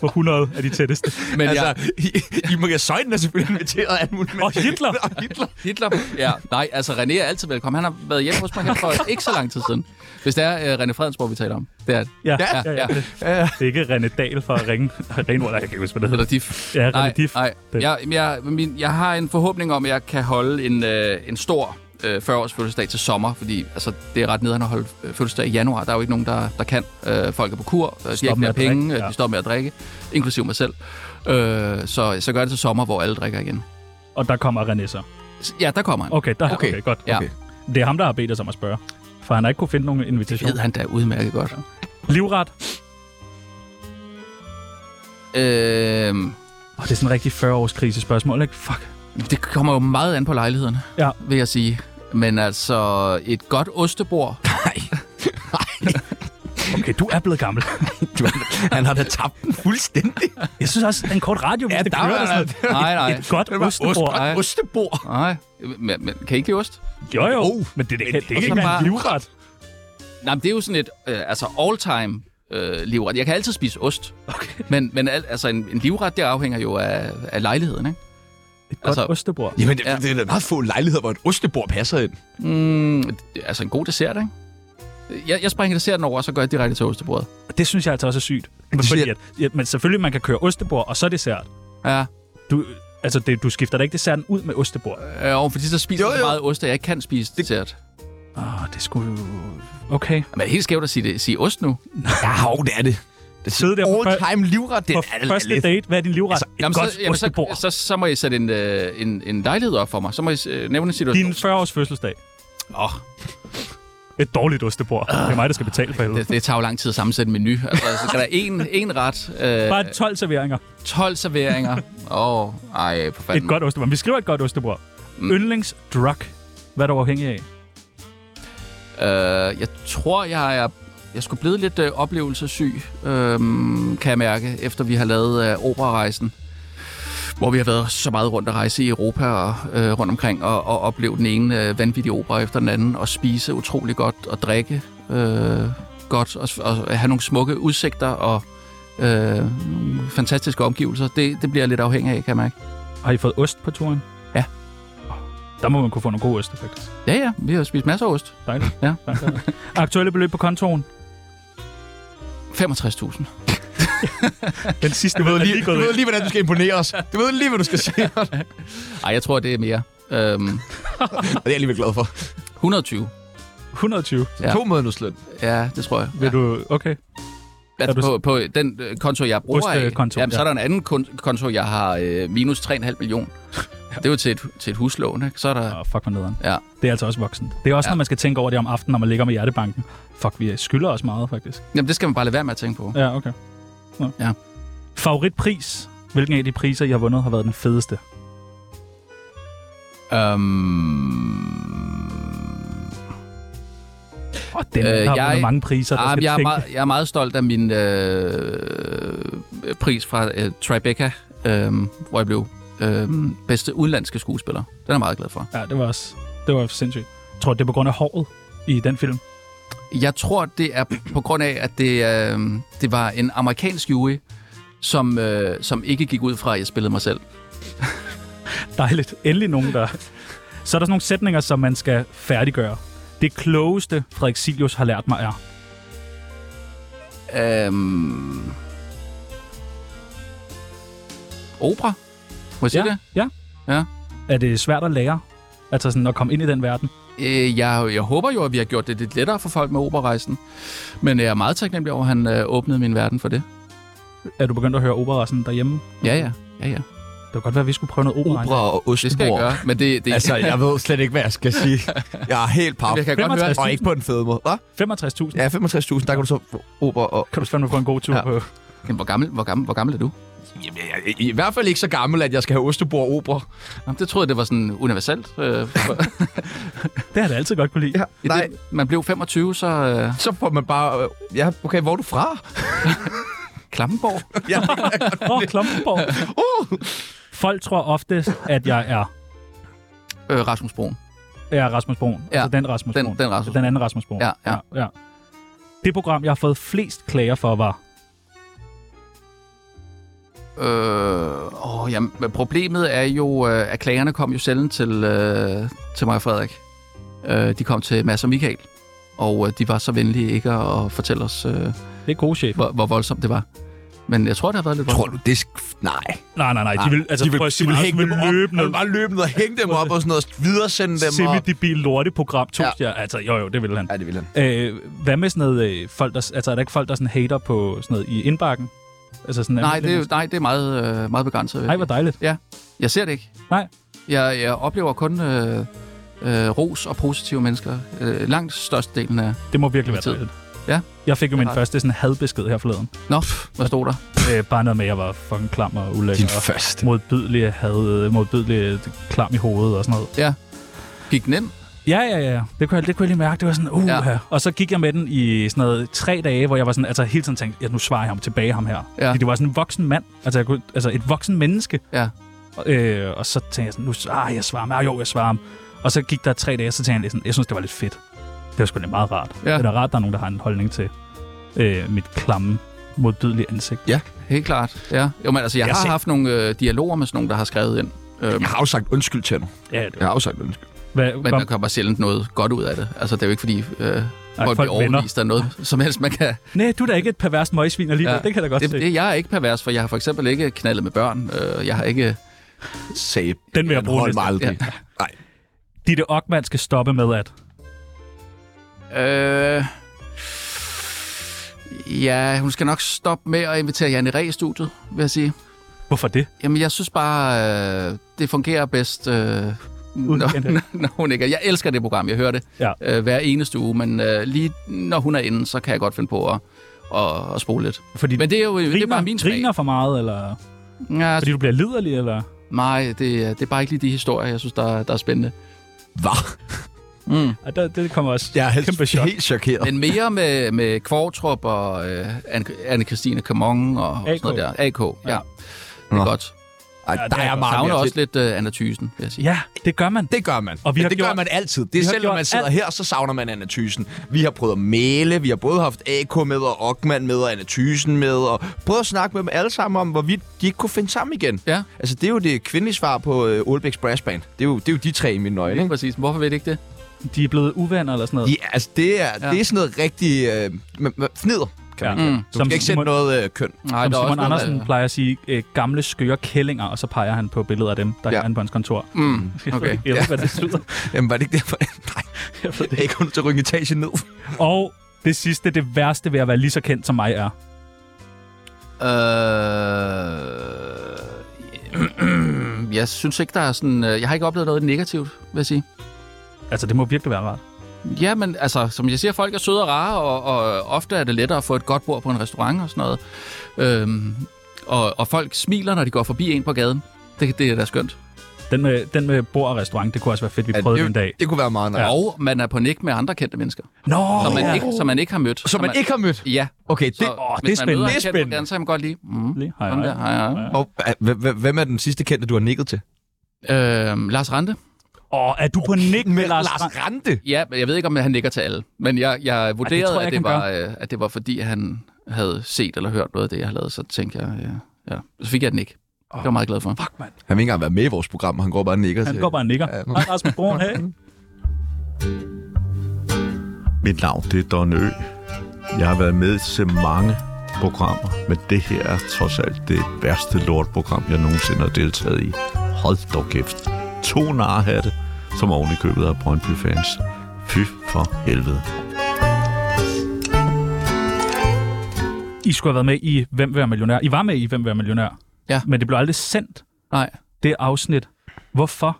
For 100 af de tætteste. men altså, Altså, jeg, I, I Maria Søjden er selvfølgelig inviteret af alt muligt. men- Og Hitler! og Hitler. Hitler... Ja, nej, altså René er altid velkommen. Han har været hjemme hos mig her for ikke så lang tid siden. Hvis det er øh, René Fredensborg, vi taler om. Det er det. Ja, Ja, ja, ja. ja. ja. Det, det er ikke René Dahl for at ringe. Renord, jeg kan ikke huske, hvad det hedder. Eller Diff. Ja, René nej, Diff. Nej, Den. jeg, jeg, min, jeg har en forhåbning om, at jeg kan holde en, øh, en stor øh, 40-års fødselsdag til sommer, fordi altså, det er ret nederen at holde øh, fødselsdag i januar. Der er jo ikke nogen, der, der kan. Øh, folk er på kur, øh, de har Stop ikke med flere at drikke, penge, ja. ja. de står med at drikke, inklusiv mig selv. Øh, så, så gør det til sommer, hvor alle drikker igen. Og der kommer René så. S- Ja, der kommer han. Okay, der, Okay. okay. okay godt. Ja. Okay. Det er ham, der har bedt os om at spørge. For han har ikke kunne finde nogen Det invitation. ved han da udmærket godt. Livret. Øh, Oh, det er sådan en rigtig 40-års krisespørgsmål, ikke? Fuck. det kommer jo meget an på lejligheden, Ja. vil jeg sige. Men altså, et godt ostebord. Okay, du er blevet gammel. Han har da tabt den fuldstændig. Jeg synes også, en kort radio, hvis ja, det der kører var- dig sådan. Nej, nej. Et godt ostebord. Ej. Ostebord. Nej, men, men kan I ikke lide ost? Jo, jo. Oh, men det, det, det, det er så ikke engang bare- en livret. Nej, men det er jo sådan et øh, altså all-time øh, livret. Jeg kan altid spise ost, okay. men, men al, altså en, en livret, det afhænger jo af, af lejligheden, ikke? Et godt Altså- altså, ostebord. Jamen, det, Ja. det er da meget få lejligheder, hvor et ostebord passer ind. Mm, altså en god dessert, ikke? Jeg, jeg springer desserten over, og så går jeg direkte til ostebordet. Det synes jeg altså også er sygt. Men, fordi at, ja, men selvfølgelig, man kan køre ostebord og så dessert. Ja, Du, altså, det, du skifter da ikke desserten ud med ostebord. Åh, øh, og fordi så spiser Jo, jeg så jo. meget ost, at jeg ikke kan spise det... dessert. oh, det skulle Okay. Men det er helt skævt at sige, det, sige ost nu. Ja, hov, det er det. Det Sidde der på fø- all-time livret. Det På er da første lidt. date, hvad er din livret? Altså, et godt så, jamen, så, ostebord. så, så må I sætte en, øh, en, en lejlighed op for mig. Så må I øh, nævne en situation. Din 40-års fødselsdag. Åh, Et dårligt ostebord. Det er mig, der skal betale for helvede. det, det tager jo lang tid at sammensætte en menu. Altså, så skal der en, en ret, øh, Bare 12 serveringer. 12 serveringer. Åh, oh, ej, for fanden. Et godt ostebord. Vi skriver et godt ostebord. Mm. Yndlingsdrug. Hvad er du afhængig af? Øh, jeg tror, jeg er... Jeg skulle blive lidt øh, oplevelsesyg, øh, kan jeg mærke, efter vi har lavet øh, operarejsen. hvor vi har været så meget rundt at rejse i Europa og øh, rundt omkring, og, og opleve den ene øh, vanvittige opera efter den anden, og spise utrolig godt, og drikke øh, godt, og, og have nogle smukke udsigter, og øh, nogle fantastiske omgivelser. Det, det bliver jeg lidt afhængig af, kan jeg mærke. Har I fået ost på turen? Ja. Der må man kunne få nogle gode oste, faktisk. Ja, ja, vi har spist masser af ost. Dejligt. Ja. Dejligt. Aktuelle beløb på kontoen? 65.000. Den sidste du ved lige, Du ved lige, hvordan du skal imponere os. Du ved lige, hvad du skal sige. Og det Ej, jeg tror, det er mere. Øhm, er jeg alligevel glad for. 120. 120. Ja. Ja. To måneders løn. Ja, det tror jeg. Vil du... Okay. Altså Er du- på, på den øh, konto, jeg bruger af, Ostekonto, jamen, ja. så er der en anden kon- konto, jeg har øh, minus 3,5 millioner. Det er jo til et, til et huslån, ikke? Så er der... Åh, fuck mig nederen. Ja. Det er altså også voksen. Det er også, Ja. når man skal tænke over det om aftenen, når man ligger med hjertebanken. Fuck, vi skylder os meget, faktisk. Jamen, det skal man bare lade være med at tænke på. Ja, okay. Nå. Ja. Favoritpris. Hvilken af de priser, I har vundet, har været den fedeste? Øhm... Åh, den, øh, der har jeg- vundet mange priser, der Ah, skal men jeg, er tænke. meget, jeg er meget stolt af min øh, pris fra øh, Tribeca, øh, hvor jeg blev øh, bedste udenlandske skuespiller. Den er jeg meget glad for. Ja, det var også... Det var sindssygt. Jeg tror, det er på grund af håret i den film. Jeg tror, det er på grund af, at det, øh, det var en amerikansk jury, som, øh, som ikke gik ud fra, at jeg spillede mig selv. Dejligt. Endelig nogen, der... Så er der sådan nogle sætninger, som man skal færdiggøre. Det klogeste, Frederik Silius har lært mig, er... Øhm... Opera? Må jeg sige det? Ja. Ja. Er det svært at lære? Altså sådan at komme ind i den verden? Øh, jeg, jeg håber jo, at vi har gjort det lidt lettere for folk med operarejsen. Men jeg er meget taknemmelig over, at han øh, åbnede min verden for det. Er du begyndt at høre opera sådan derhjemme? Ja, ja. ja, ja. Det kunne godt være, at vi skulle prøve noget opera. Opera og Det skal jeg ostebord. gøre. Men det, det, Altså, jeg ved slet ikke, hvad jeg skal sige. Jeg er helt paf. jeg kan godt høre, 65. Og ikke på den fede måde. Hva? 65.000. Ja, 65.000, der kan du så få opera og... Kan du fandme få en god tur ja. Ja. på? Jamen, hvor, gammel, hvor, gammel, hvor gammel er du? Jamen, jeg er i hvert fald ikke så gammel, at jeg skal have ostebord og opera. Jamen, det troede jeg, det var sådan universelt. Øh, for- Det har jeg da altid godt kunne lide. Ja. I Nej, Det, man blev 25, så øh, så får man bare... øh, Ja, okay, hvor er du fra? Klampenborg. Ja, Åh, Klumpenborg. Uh! Folk tror oftest, at jeg er, Øh, Rasmus Broen. er Rasmus Broen. Ja. Ja. Altså den Rasmus Den- Broen. den Rasmus den anden Rasmus Broen. Ja, ja. ja. Det program, jeg har fået flest klager for, var... Øh, åh, jamen, men problemet er jo, øh, at klagerne kom jo sjældent til, øh, til mig og Frederik. Øh, de kom til Mads og Michael, og øh, de var så venlige ikke at at fortælle os, øh, Det er gode chef. hvor, hvor voldsomt det var. Men jeg tror, det har været lidt Tror voldsomt. du, det sk- Nej. Nej, nej, nej. De vil, altså, de vil, prøv at de sige, vil Rasmus hænge dem op. løbe De ned. vil bare løbe ned og hænge dem op og sådan noget. og Videresende dem. Og... Semidebil lorteprogram, to Ja. ja. Altså, jo, jo, det ville han. Ja, det vil han. Øh, hvad med sådan noget, øh, folk, der, altså, er der ikke folk, der sådan hater på sådan noget i indbakken? Altså sådan Nej, det, almindelige er jo- nej, det er meget, øh, meget begrænset. mennesker? Ej, hvor dejligt. Jeg ser det ikke. Nej. Jeg, jeg oplever kun øh, øh, ros og positive mennesker. Øh, langt størstedelen af... Det må virkelig være Tid. dejligt. Ja. Jeg fik jo min ret. første sådan hadbesked her forleden. Nå, hvad stod der? øh, bare noget med, at jeg var fucking klam og ulækker. Din og første. modbydelig, havde modbydelig klam i hovedet og sådan noget. Gik den ind? Ja, ja, ja. Det kunne jeg, det kunne jeg lige mærke. Det var sådan, uh, ja. Ja. Og så gik jeg med den i sådan noget tre dage, hvor jeg var sådan, altså hele tiden tænkte, ja, nu svarer jeg ham tilbage, ham her. Ja. Fordi det var sådan en voksen mand, altså, jeg kunne, altså et voksen menneske. Ja. Og, øh, og så tænkte jeg sådan, nu svarer jeg svarer ham, ah, jo, jeg svarer ham. Og så gik der tre dage, så tænkte jeg lidt sådan, jeg synes, det var lidt fedt. Det var sgu lidt meget rart. Ja. Det er da rart, der er nogen, der har en holdning til øh, mit klamme, modbydelige ansigt. Helt klart, ja. Jo, men altså, jeg, Jeg jeg har ser- haft nogle øh, dialoger med sådan nogen, der har skrevet ind. Øhm, Jeg har jo sagt undskyld til nu. Ja, det Jeg var, har jo sagt undskyld. Hvad, men kom- der kommer sjældent noget godt ud af det. Altså, det er jo ikke, fordi øh, folk folk bliver vender. overvist af noget som helst, man kan... Nej, du er da ikke et perverst møgsvin alligevel. Ja, Ja, det kan jeg da godt Det, det, se. Det, det, jeg er ikke pervers, for jeg har for eksempel ikke knaldet med børn. Øh, jeg har ikke... Sagde den vil jeg han bruge holdt næste. mig aldrig. Ja. Nej. Ditte Ockmann skal stoppe med at... Øh, ja, hun skal nok stoppe med at invitere Janne Ræ i studiet, vil jeg sige. Hvorfor det? Jamen, jeg synes bare, øh, det fungerer bedst, øh, hende. når, når hun ikke er. Jeg elsker det program, jeg hører det Ja. øh, hver eneste uge, men øh, lige når hun er inde, så kan jeg godt finde på at, at, at spole lidt. Fordi Men det er jo griner, det er griner, bare min smag. Altså- griner for meget, eller Ja, fordi du bliver liderlig, eller... nej, det, er- det er bare ikke lige de historier, jeg synes, der, er- der er spændende. Hvad? Mm. Ja, der, det kommer også Jeg er helt, kæmpe chok. helt chokeret. Men mere med, med Kvartrup og øh, Anne- Anne-Christine Camon og AK. sådan noget der. AK, ja. Det Nå. er godt. Ej, Ja, der det er er godt. Jeg meget savner mere også til. lidt uh, Anna Thysen, vil jeg sige. Ja, det gør man. Det gør man. Og vi Men har det gjort- gør man altid. Det er vi har selv, når gjort man sidder alt. her, så savner man Anna Thysen. Vi har prøvet at male, vi har både haft AK med, og Ockmann med, og Anna Thysen med, og prøvet at snakke med dem alle sammen om, hvorvidt de ikke kunne finde sammen igen. Ja. Altså, det er jo det kvindelige svar på øh, Aalbæks Brass Band. Det er, jo, det er jo de tre i mine øjne, Lige ikke? præcis. Hvorfor ved de ikke det? De er blevet uvenner eller sådan noget. De, altså, det er, Ja. ja. det er sådan noget rigtig... Øh, man- man- fnider, kan Ja. man kalde Mm. det. Du Som skal ikke sætte Simon- noget øh, køn. Nej, Som der er Simon også noget, Andersen der- plejer at sige, øh, gamle skøre kællinger, og så peger han på billeder af dem, der Ja. ja. er inde på hans kontor. Mm, Jeg ved okay. ikke, helt, hvad det betyder. Jamen, var det ikke derfor? Nej, Jeg ved det jeg er ikke kun til at rykke en etage ned. Og det sidste, det værste ved at være lige så kendt som mig er. Øh, jeg synes ikke, der er sådan... øh, Jeg har ikke oplevet noget negativt, vil jeg sige. Altså, det må virkelig være rart. Ja, men altså, som jeg siger, folk er søde og rare, og, og ofte er det lettere at få et godt bord på en restaurant og sådan noget. Øhm, og, og folk smiler, når de går forbi en på gaden. Det, det er da skønt. Den med, den med bord og restaurant, det kunne også være fedt, vi Ja, prøvede det- det en dag. Det kunne være meget nice. Ja. Og man er på nik med andre kendte mennesker, Nå, som, man ja. ikke, som man ikke har mødt. Som man ikke har mødt. Ja. Okay, det, Så, åh, det hvis er Man spændende. møder Det en er kendt på spændende. gaden, så kan man godt lige... Mm, Lige, hej, ham der, hej. hej, hej. Ja. Og, øh, hv- hv- hvem er den sidste kendte, du har nikket til? Øhm, Lars Rante. Åh, er du på nik med Lars? Strand? Rante? Ja, men jeg ved ikke, om han nikker til alle. Men jeg, jeg vurderede, tror jeg at, ikke, det han var, øh, at det var, fordi han havde set eller hørt noget af det, jeg havde lavet. Så tænkte jeg, øh, ja. ja. Så fik jeg den ikke. Det var jeg meget glad for. Fuck, mand. Han vil ikke engang være med i vores program, og han går bare og nikker Han til... går bare og nikker. Ja. Hej, Rasmus Broen, hey. Mit navn det er Don Ø. Jeg har været med til mange programmer, men det her er trods alt det værste lortprogram, jeg nogensinde har deltaget i. Hold dog kæft. To narhatte, som oven i købet af Brøndby-fans. Fy for helvede. I skulle have været med i Hvem vil være millionær? I var med i Hvem vil være millionær? Ja. Men det blev aldrig sendt, Nej. det afsnit. Hvorfor?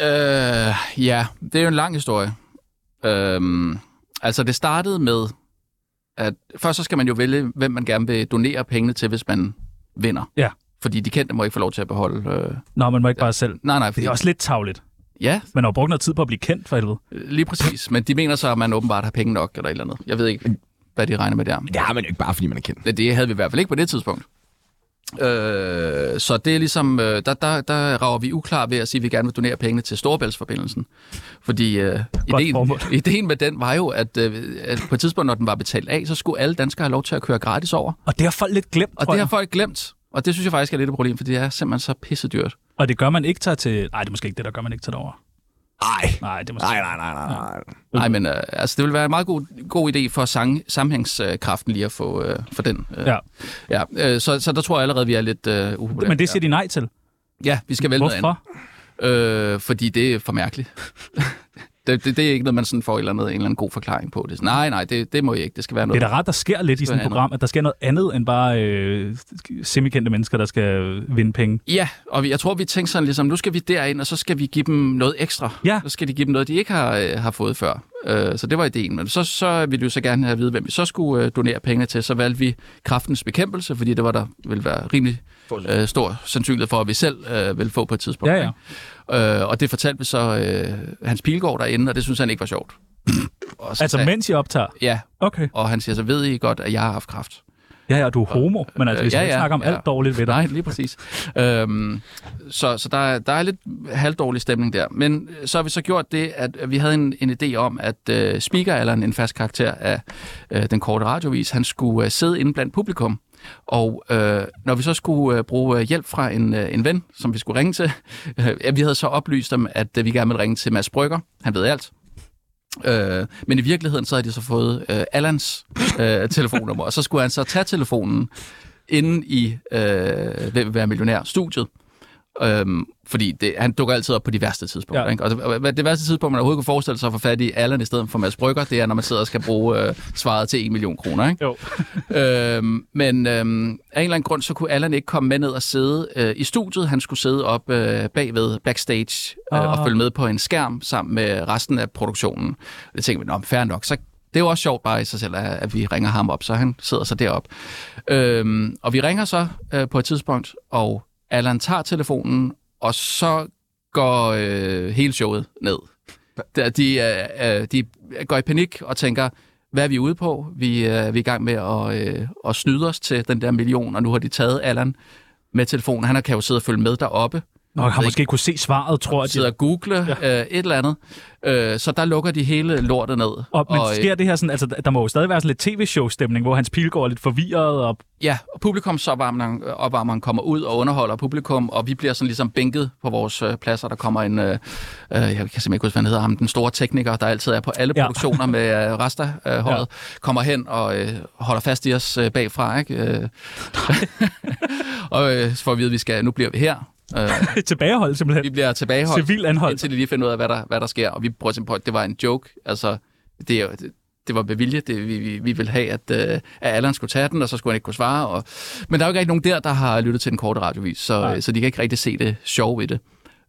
Øh, ja, det er jo en lang historie. Øhm, altså, det startede med, at først så skal man jo vælge, hvem man gerne vil donere pengene til, hvis man vinder. Ja. Fordi de kendte må ikke få lov til at beholde... Øh, Nå, man må ikke bare selv. nej, nej. Fordi, Det er også lidt tavligt. Ja, Man har jo brugt noget tid på at blive kendt, for helvede. lige præcis. Men de mener så, at man åbenbart har penge nok eller et eller andet. Jeg ved ikke, hvad de regner med der. Det har man jo ikke bare, fordi man er kendt. Men Det havde vi i hvert fald ikke på det tidspunkt. Øh, så det er ligesom, øh, der, der, der rager vi uklar ved at sige, at vi gerne vil donere pengene til Storebæltsforbindelsen. Fordi øh, ideen, formål. ideen med den var jo, at, øh, at på et tidspunkt, når den var betalt af, så skulle alle danskere have lov til at køre gratis over. Og det har folk lidt glemt, Og tror det har jeg. folk glemt. Og det synes jeg faktisk er lidt et problem, for det er simpelthen så pissedyrt. Og det gør man ikke tager til... Nej, det er måske ikke det, der gør man ikke tager over. Nej. Nej, det er måske... Nej, nej, nej, nej, nej. Mm. Nej, men øh, altså, det vil være en meget god, god idé for sang, sammenhængskraften lige at få øh, for den. Øh, Ja. ja øh, så, så der tror jeg allerede, vi er lidt øh, upopulære. Men det siger de nej til. Ja, vi skal vælge noget andet. Hvorfor? Øh, fordi det er for mærkeligt. det, det, det er ikke noget, man sådan får et eller andet, en eller anden god forklaring på. Det er sådan, nej, nej, det, det må jeg ikke. Det skal være Det noget. er da ret, der sker lidt i sådan et Noget andet. program, at der sker noget andet end bare øh, semikendte mennesker, der skal øh, vinde penge. Ja, og vi, jeg tror, vi tænkte sådan ligesom, nu skal vi derind, og så skal vi give dem noget ekstra. Ja. Så skal de give dem noget, de ikke har, øh, har fået før. Øh, så det var ideen. Men så, så ville vi jo så gerne have at vide, hvem vi så skulle øh, donere pengene til. Så valgte vi kraftens bekæmpelse, fordi det var der ville være rimelig øh, stor sandsynlighed for, at vi selv øh, ville få på et tidspunkt. Ja, ikke? Øh, og det fortalte vi så øh, Hans Pilgaard derinde, og det synes han ikke var sjovt. Og så Altså, sagde- mens I optager. Ja, Okay. Og han siger, så ved I godt, at jeg har haft kraft. Ja, ja, du er homo, men altså, Øh, vi skal ja, ja, ikke ja, snakke om ja. alt dårligt ved dig. Nej, lige præcis. øhm, så så der, er- der er lidt halvdårlig stemning der. Men øh, så har vi så gjort det, at vi havde en, en idé om, at øh, Speaker, eller en, en fast karakter af øh, den korte radiovis, han skulle øh, sidde inde blandt publikum. Og øh, når vi så skulle øh, bruge øh, hjælp fra en, øh, en ven, som vi skulle ringe til, øh, ja, vi havde så oplyst dem, at øh, vi gerne ville ringe til Mads Brygger. Han ved alt. Øh, men i virkeligheden, så havde de så fået øh, Allans øh, telefonnummer, og så skulle han så tage telefonen inde i øh, Hvem vil være millionær-studiet. Øhm, fordi det, han dukker altid op på de værste tidspunkter. Ja. Ja. Ikke? Og det, og det værste tidspunkt, man overhovedet kunne forestille sig at få fat i Allan i stedet for Mads Brygger, det er, når man sidder og skal bruge øh, svaret til 1 million kroner. Ikke? Jo. øhm, men øhm, af en eller anden grund, så kunne Allan ikke komme med ned og sidde øh, i studiet. Han skulle sidde op øh, bagved backstage øh, Ah. og følge med på en skærm sammen med resten af produktionen. Og det tænkte vi, nå, men fair nok. Så det er jo også sjovt bare i sig selv, at- at vi ringer ham op, så han sidder så deroppe. Øhm, og vi ringer så øh, på et tidspunkt, og Allan tager telefonen, og så går øh, hele showet ned. Der- De, øh, øh, de går i panik og tænker, hvad er vi ude på? Vi, øh, vi er i gang med at, øh, at snyde os til den der million, og nu har de taget Allan. med telefonen. Han kan jo sidde og følge med deroppe, Nå, jeg har måske kunne se svaret, tror jeg. sidde De, og google ja. øh, et eller andet. Øh, så der lukker de hele lortet ned. og, men øh, sker det her sådan, altså der må jo stadig være sådan lidt tv-show-stemning, hvor Hans Pilgaard er lidt forvirret, og Ja, og publikumsopvarmeren øh, opvarmeren kommer ud og underholder publikum, og vi bliver sådan ligesom bænket på vores øh, pladser. Der kommer en, øh, øh, jeg kan simpelthen ikke huske, hvad han hedder ham, den store tekniker, der altid er på alle Ja. produktioner ja. med øh, rester øh, håret, ja. kommer hen og øh, holder fast i os øh, bagfra, ikke? Øh, og øh, så får vi at vide, at vi skal, nu bliver vi her. Øh, tilbagehold simpelthen. vi bliver tilbageholdt, Civil anholdt. indtil de lige finder ud af, hvad der, hvad der sker. Og vi prøver simpelthen på, at det var en joke. Altså, det, er jo- det, det var bevilje. Det, vi, vi, vi ville have, at, øh, at Allan skulle tage den, og så skulle han ikke kunne svare. Og... Men der er jo ikke rigtig nogen der, der har lyttet til den korte radiovis, så, Nej. så de kan ikke rigtig se det sjove i det.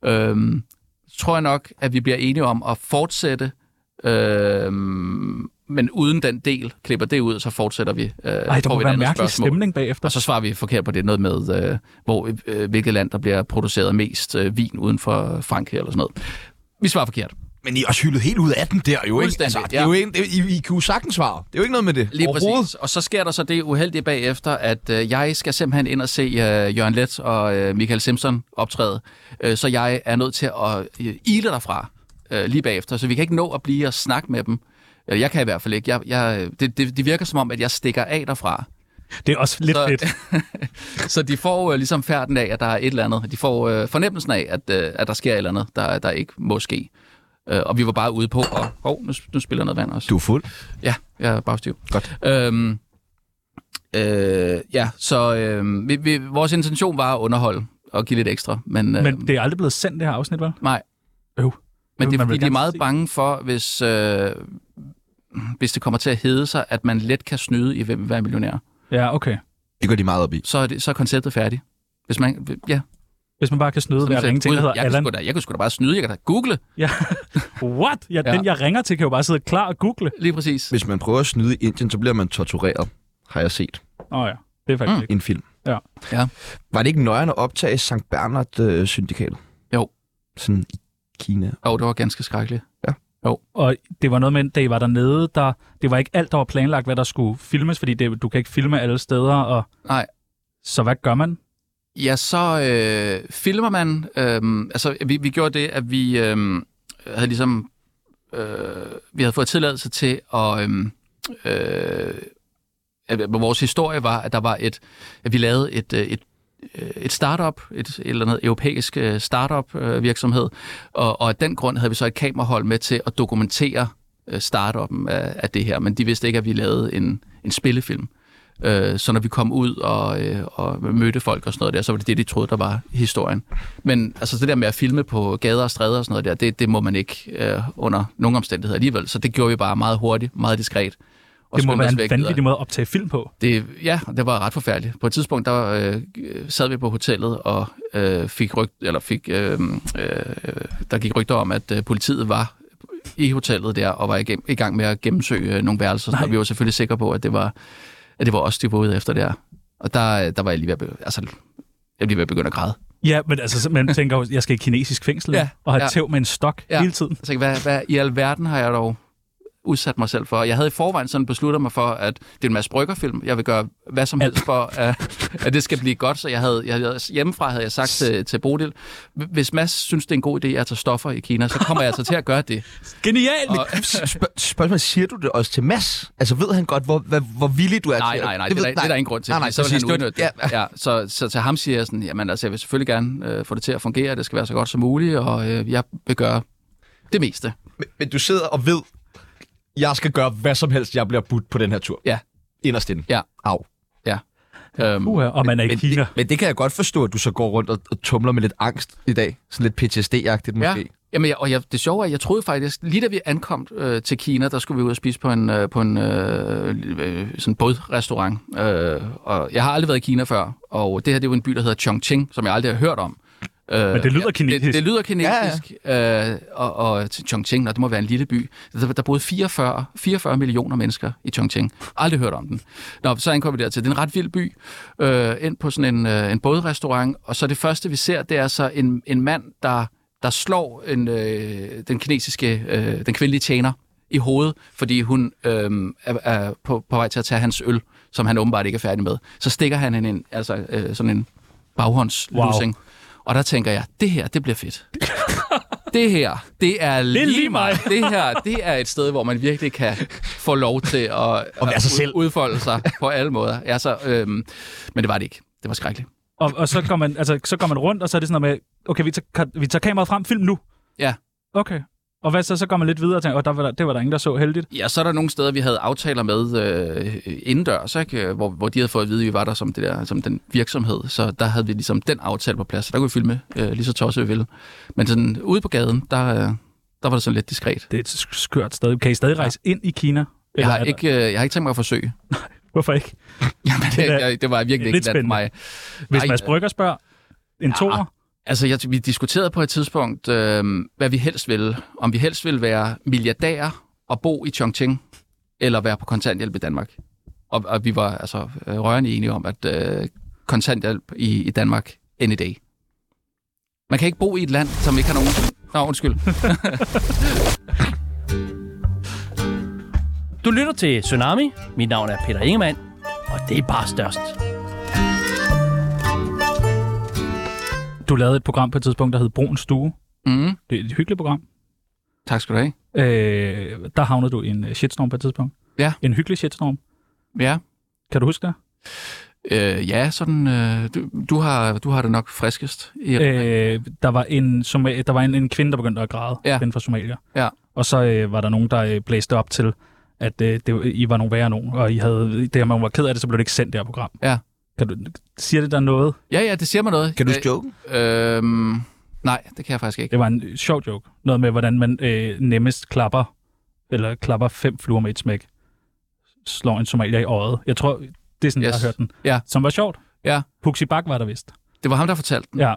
Øhm, så tror jeg nok, at vi bliver enige om at fortsætte, øhm, men uden den del, klipper det ud, og så fortsætter vi. Øh, Ej, der får må vi være et en andet mærkelig spørgsmål. stemning bagefter. Og så svarer vi forkert på det, noget med, øh, hvor, øh, hvilket land, der bliver produceret mest øh, vin uden for Frankrig eller sådan noget. Vi svarer forkert. Men I er også hyldet helt ud af den der, jo ikke? Altså, Fuldstændig, det er ja. jo ikke, det, I, I kunne jo sagtens svare. Det er jo ikke noget med det. Lige overhovedet. præcis. Og så sker der så det uheldige bagefter, at øh, jeg skal simpelthen ind og se øh, Jørgen Let og øh, Michael Simpson optræde. Øh, så jeg er nødt til at øh, ile derfra øh, lige bagefter, så vi kan ikke nå at blive og snakke med dem. Øh, Jeg kan i hvert fald ikke. Jeg, jeg, det, det, det virker som om, at jeg stikker af derfra. Det er også lidt Så- fedt. Så de får øh, ligesom færden af, at der er et eller andet. De får øh, fornemmelsen af, at, øh, at der sker et eller andet, der, der ikke må ske. Øh, og vi var bare ude på, og hov, nu, nu spiller jeg noget vand også. Du er fuld. Ja, jeg er bagstiv. Godt. Øhm, øh, ja, så øh, vi, vi, vores intention var at underholde og give lidt ekstra. Men, øh, Men det er aldrig blevet sendt, det her afsnit, vel? Nej. Øv. Men det er Man vil fordi, de er gerne meget se- bange for, hvis, øh, hvis det kommer til at hedde sig, at man let kan snyde i Hvem vil være millionær. Ja, okay. Det går de meget op i. Så er, det, så er konceptet færdigt. Hvis man, ja, Hvis man bare kan snyde hver ringe til, der hedder jeg, kunne Allan. sgu da, jeg kunne sgu da bare snyde, jeg kan da google. Ja. What? Ja, Ja. Den, jeg ringer til, kan jo bare sidde klar og google. Lige præcis. Hvis man prøver at snyde i Indien, så bliver man tortureret, har jeg set. Åh oh, ja, det er faktisk Mm. mm. ikke. i en film. Ja. Ja. Var det ikke nøjeren at optage Sankt øh, Bernard-syndikatet? Jo. Sådan i Kina. Åh, oh, det var ganske skrækkeligt. Og det var noget med, da I var dernede, der, det var ikke alt, der var planlagt, hvad der skulle filmes, fordi det, du kan ikke filme alle steder. Og, Nej. Så hvad gør man? Ja, så øh, filmer man. Øh, altså, vi, vi gjorde det, at vi øh, havde ligesom... Øh, vi havde fået tilladelse til at... øhm, Øh, øh, at vores historie var, at der var et... At vi lavede et, øh, et øh, et startup, et, et eller andet europæisk øh, startup øh, virksomhed, og, og af den grund havde vi så et kamerahold med til at dokumentere øh, startuppen af, af det her, men de vidste ikke, at vi lavede en, en spillefilm. Øh, så når vi kom ud og, øh, og mødte folk og sådan noget der, så var det det, de troede, der var historien. Men altså det der med at filme på gader og stræder og sådan noget der, det, det må man ikke øh, under nogen omstændigheder alligevel, så det gjorde vi bare meget hurtigt, meget diskret. Og Det må skyndte være os en væk videre. vanvittig måde at optage film på. Det, ja, det var ret forfærdeligt. På et tidspunkt der, øh, sad vi på hotellet, og øh, fik rygt, eller fik, øh, øh, der gik rygter om, at øh, politiet var i hotellet der, og var i, gen- i gang med at gennemsøge øh, nogle værelser. Nej. Og vi var selvfølgelig sikre på, at det var, at det var os, de var ude efter der. Og der, øh, der var jeg lige ved at, be- altså, jeg blev lige ved at begynde at græde. Ja, men altså, så- man tænker jo, jeg skal i kinesisk fængsel Ja, ja, og have ja. ja. tæv med en stok Ja. ja. hele tiden. Jeg tænkte, hvad, hvad i alverden har jeg dog udsat mig selv for. Jeg havde i forvejen sådan besluttet mig for, at det er en masse bryggerfilm. Jeg vil gøre hvad som helst for, at, at det skal blive godt. Så jeg havde, jeg havde, hjemmefra havde jeg sagt til, til Bodil, hvis Mads synes, det er en god idé, at jeg tager stoffer i Kina, så kommer jeg altså til at gøre det. Genialt! Og- Spørg- spørgsmålet, siger du det også til Mads? Altså, ved han godt, hvor, hvor, hvor villig du er Nej, til nej, nej, Det det, ved- er, der- det er der ingen grund til. Nej, nej, fordi så vil præcis. han Det var- udnytte det. Ja. Ja, så, så til ham siger jeg sådan, jamen altså, jeg vil selvfølgelig gerne øh, få det til at fungere, det skal være så godt som muligt, og øh, jeg vil gøre det meste. Men, men du sidder og ved, jeg skal gøre hvad som helst, jeg bliver budt på den her tur. Ja. Inderst inde. Ja. Au. Øhm, Uha, og man er i Men Kina. det, men det kan jeg godt forstå, at du så går rundt og, og tumler med lidt angst i dag. Sådan lidt PTSD-agtigt måske. Jamen, jeg, og jeg, det sjove er, at jeg troede faktisk, lige da vi ankom øh, til Kina, der skulle vi ud og spise på en, øh, på en øh, øh, sådan bådrestaurant. Øh, og jeg har aldrig været i China før, og det her det er jo en by, der hedder Chongqing, som jeg aldrig har hørt om. Øh, Men det lyder kinesisk. Det, det lyder kinesisk, ja, ja. Øh, og, og til Chongqing, nå, det må være en lille by. Der, der boede 44, 44 millioner mennesker i Chongqing. Aldrig hørt om den. Nå, så ankom vi dertil. Det er en ret vild by. Øh, ind på sådan en, øh, en bådrestaurant, og så det første, vi ser, det er så en, en mand, der der slår en, øh, den kinesiske, øh, den kvindelige tjener i hovedet, fordi hun øh, er, er på, på vej til at tage hans øl, som han åbenbart ikke er færdig med. Så stikker han hende en, altså øh, sådan en baghåndslusing. Wow. Og der tænker jeg, det her, det bliver fedt. det her, det er lige, lige mig. det her, det er et sted, hvor man virkelig kan få lov til at, at være sig ud- selv. udfolde sig på alle måder. Ja, så, øhm, men det var det ikke. Det var skrækkeligt. Og, og så, går man, altså, så går man rundt, og så er det sådan noget med, okay, vi tager, vi tager kameraet frem, film nu. Ja. Okay. Og hvad så? Så går man lidt videre og tænker, oh, der var der, det var der ingen, der så heldigt. Ja, så er der nogle steder, vi havde aftaler med øh, indendørs, ikke? Hvor, hvor de havde fået at vide, at vi var der som, det der, som den virksomhed. Så der havde vi ligesom den aftale på plads. Der kunne vi filme øh, lige så tosset, vi ville. Men sådan ude på gaden, der, øh, der var det sådan lidt diskret. Det er et sk- skørt sted. Kan I stadig rejse ja. ind i Kina? Jeg Eller har, er der- ikke, øh, jeg har ikke tænkt mig at forsøge. Hvorfor ikke? Jamen, det, Det er jeg, det var virkelig lidt ikke land for spændende. mig. Hvis Nej, Mads Brygger spørger en toer, Altså, jeg, vi diskuterede på et tidspunkt, øh, hvad vi helst ville. Om vi helst ville være milliardærer og bo i Chongqing, eller være på kontanthjælp i Danmark. Og, og vi var altså øh, rørende enige om, at øh, kontanthjælp i, i Danmark any day. Man kan ikke bo i et land, som ikke har nogen... Nå, undskyld. Du lytter til Tsunami. Mit navn er Peter Ingemann, og det er bare størst. du lavede et program på et tidspunkt, der hed Brun Stue. Mm, Det er et hyggeligt program. tak skal du have. Øh, der havnede du i en øh, shitstorm på et tidspunkt. Ja. En hyggelig shitstorm. Ja, Kan du huske det? øh, ja sådan... Øh, du, du, har, du har det nok friskest. I, Øh, der var, en, som, der var en, en kvinde, der begyndte at græde. Ja. Den fra Somalia. Ja. Og så øh, var der nogen, der øh, blæste op til, at øh, det, I var nogle værre nogen, og I havde, det her, man var ked af det, så blev det ikke sendt, det her program. Ja. Kan du, siger det der noget? Ja, ja, det siger mig noget. Kan du Øh, joke? Øhm, nej, det kan jeg faktisk ikke. Det var en øh, sjov joke. Noget med, hvordan man øh, nemmest klapper, eller klapper fem fluer med et smæk. Slår en somalier i øjet. Jeg tror, det er sådan, yes. jeg Yes. har hørt den. Ja. Mm. Som var sjovt. Ja. Puxi Bak var der vist. Det var ham, der fortalte den. Ja.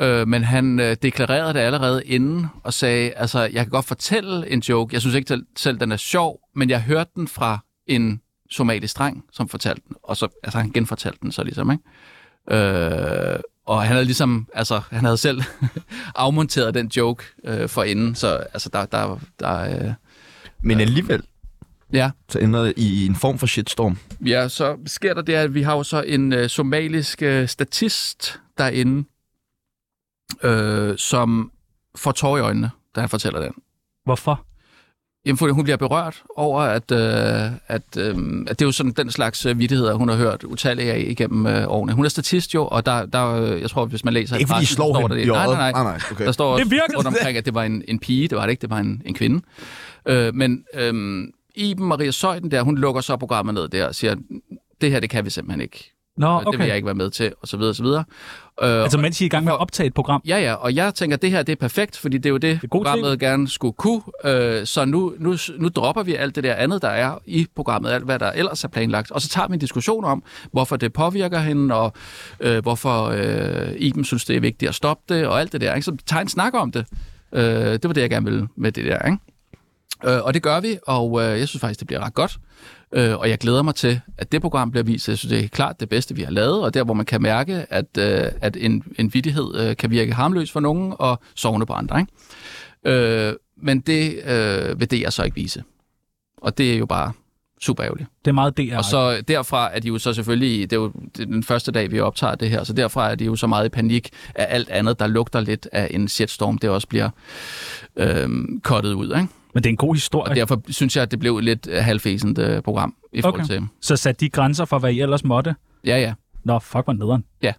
Øh, men han øh, deklarerede det allerede inden og sagde, altså, jeg kan godt fortælle en joke. Jeg synes ikke til- selv, den er sjov, men jeg hørte den fra en somalisk dreng, som fortalte den. Og så, altså, han genfortalte den så ligesom, ikke? Øh, og han havde ligesom, altså, han havde selv afmonteret den joke øh, for inden, så altså, der, der, der øh, Men alligevel, ja. så ender det i en form for shitstorm. Ja, så sker der det, at vi har jo så en øh, somalisk øh, statist derinde, øh, som får tårer i øjnene, da han fortæller den. Hvorfor? Jamen, fordi hun bliver berørt over, at, øh, at, øh, at det er jo sådan den slags øh, vittigheder, hun har hørt utallige af igennem øh, årene. Hun er statist jo, og der, der øh, jeg tror, hvis man læser... Ikke fordi I pressen, slår står hende der i det. Nej, øjet. nej, nej. nej okay. Der står også Det virkede! rundt omkring, at det var en, en pige. Det var det ikke, det var en, en kvinde. Øh, men øh, Iben Maria Søjden der, hun lukker så programmet ned der og siger, det her, det kan vi simpelthen ikke. Nå, Okay. Det vil jeg okay. ikke være med til, og så videre, og så videre. Øh, Altså, mens I er i gang med at optage et program. Ja, ja, og jeg tænker, at det her det er perfekt, fordi det er jo det, er det god programmet gerne skulle kunne. Øh, så nu, nu, nu dropper vi alt det der andet, der er i programmet, alt hvad der ellers er planlagt. Og så tager vi en diskussion om, hvorfor det påvirker hende, og øh, hvorfor øh, Iben synes, det er vigtigt at stoppe det, og alt det der. Ikke? Så tager en snak om det. Øh, det var det, jeg gerne ville med det der. Ikke? Øh, og det gør vi, og øh, jeg synes faktisk, det bliver ret godt. Øh, og jeg glæder mig til, at det program bliver vist. Jeg synes, det er klart det bedste, vi har lavet, og der, hvor man kan mærke, at, øh, at en, en vittighed øh, kan virke harmløs for nogen og sovende på andre. Ikke? Øh, men det øh, vil det jeg så ikke vise. Og det er jo bare super ærgerligt. Det er meget DR. Og så derfra er de jo så selvfølgelig, det er jo det er den første dag, vi optager det her, så derfra er de jo så meget i panik af alt andet, der lugter lidt af en shitstorm, det også bliver øh, kottet ud. Ikke? Men det er en god Og historie. derfor synes jeg, at det blev et lidt øh, halvfæsent øh, program i forhold Okay. okay. til... Så satte de grænser for, hvad I ellers måtte. Ja, ja. Nå, fuck, var nederen. Ja,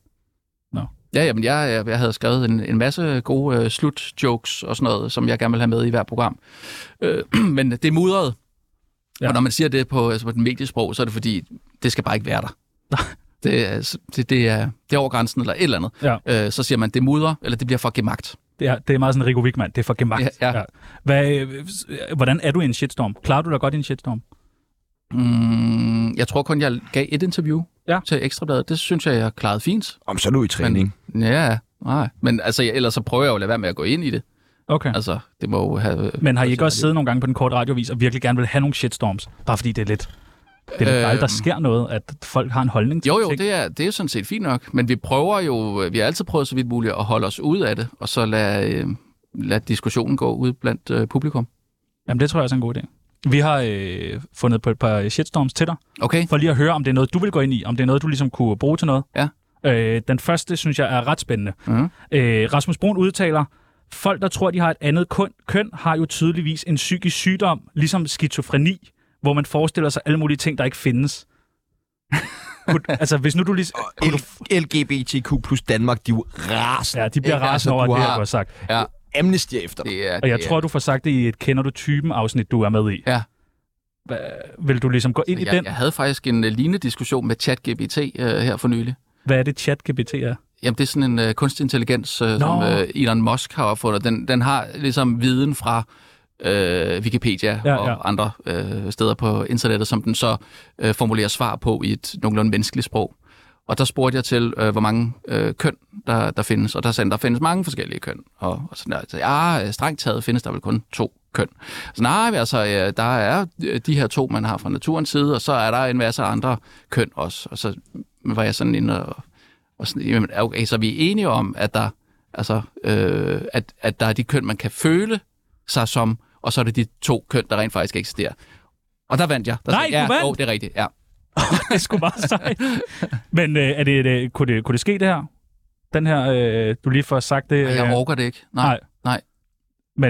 ja, men jeg, øh, jeg, jeg havde skrevet en, en masse gode øh, slutjokes og sådan noget, som jeg gerne vil have med i hver program. Øh, men det er mudret. Ja. Ja. Og når man siger det på, altså på et mediesprog, så er det fordi, det skal bare ikke være der. Det, er- altså, det, det, er, det er over grænsen eller et eller andet. Øh, så siger man, det mudrer, eller det bliver for gemagt. Det er, det er meget sådan Rico Wigman. Det er for gemagt. Ja, ja. Hvad, øh, s- øh, hvordan er du i en shitstorm? Klarer du dig godt i en shitstorm? Mm, jeg tror kun, jeg gav et interview Ja. til Ekstrabladet. Det synes jeg, jeg klarede fint. Om så er du i træning. Ja, nej. Men altså, jeg, ellers så prøver jeg jo at lade være med at gå ind i det. Okay. Altså, det må jo have... Men har I ikke også siddet nogle gange på den korte radiovis og virkelig gerne vil have nogle shitstorms? Bare fordi det er lidt... Det er lidt Øh. dejligt, der sker noget, at folk har en holdning til Jo, jo, ting. det er, det er sådan set fint nok, men vi prøver jo, vi har altid prøvet så vidt muligt at holde os ud af det, og så lade, øh, lade diskussionen gå ud blandt øh, publikum. Jamen, det tror jeg også er en god idé. Vi har øh, fundet på et par shitstorms til dig, Okay? for lige at høre, om det er noget, du vil gå ind i, om det er noget, du ligesom kunne bruge til noget. Ja. Mhm. Øh, den første, synes jeg, er ret spændende. Mm. Øh, Rasmus Brun udtaler, folk, der tror, de har et andet køn, køn, har jo tydeligvis en psykisk sygdom, ligesom skizofreni, hvor man forestiller sig alle mulige ting, der ikke findes. Kunne- altså, hvis nu du lige... L- LGBTQ plus Danmark, de er jo rasende. Ja, de bliver ikke? Altså, rasende over, at du det her, har du har sagt. Ja. Amnesty efter dig. Det er, Og jeg tror, du får sagt det i et Kender du typen afsnit, du er med i. Ja. Hva, vil du ligesom gå ind i jeg, den? jeg havde faktisk en uh, lignende diskussion med ChatGPT uh, her for nylig. Hvad er det, ChatGPT er? Jamen, det er sådan en uh, kunstig intelligens, uh, som uh, Elon Musk har opfundet. Den, den har ligesom viden fra uh, Wikipedia Ja, ja, og ja. andre uh, steder på internettet, som den så uh, formulerer svar på i et nogenlunde menneskeligt sprog. Og der spurgte jeg til, øh, hvor mange øh, køn, der, der findes. Og der sagde han, der findes mange forskellige køn. Og, og sådan der. Så, ja, øh, strengt taget findes der vel kun to køn. Så nej, men altså, øh, der er øh, de her to, man har fra naturens side, og så er der en masse andre køn også. Og så var jeg sådan inde og, og sådan, jamen, okay, så vi er enige om, at der, altså, øh, at, at der er de køn, man kan føle sig som, og så er det de to køn, der rent faktisk eksisterer. Og der vandt jeg. Der Nej, sagde, ja, du vandt! åh, det er rigtigt, ja. det skulle bare sejt. Men øh, er det, et, øh, kunne, det, kunne det ske, det her? Den her, øh, du lige får sagt det... Ej, jeg orker det ikke. Nej, Nej. nej. nej.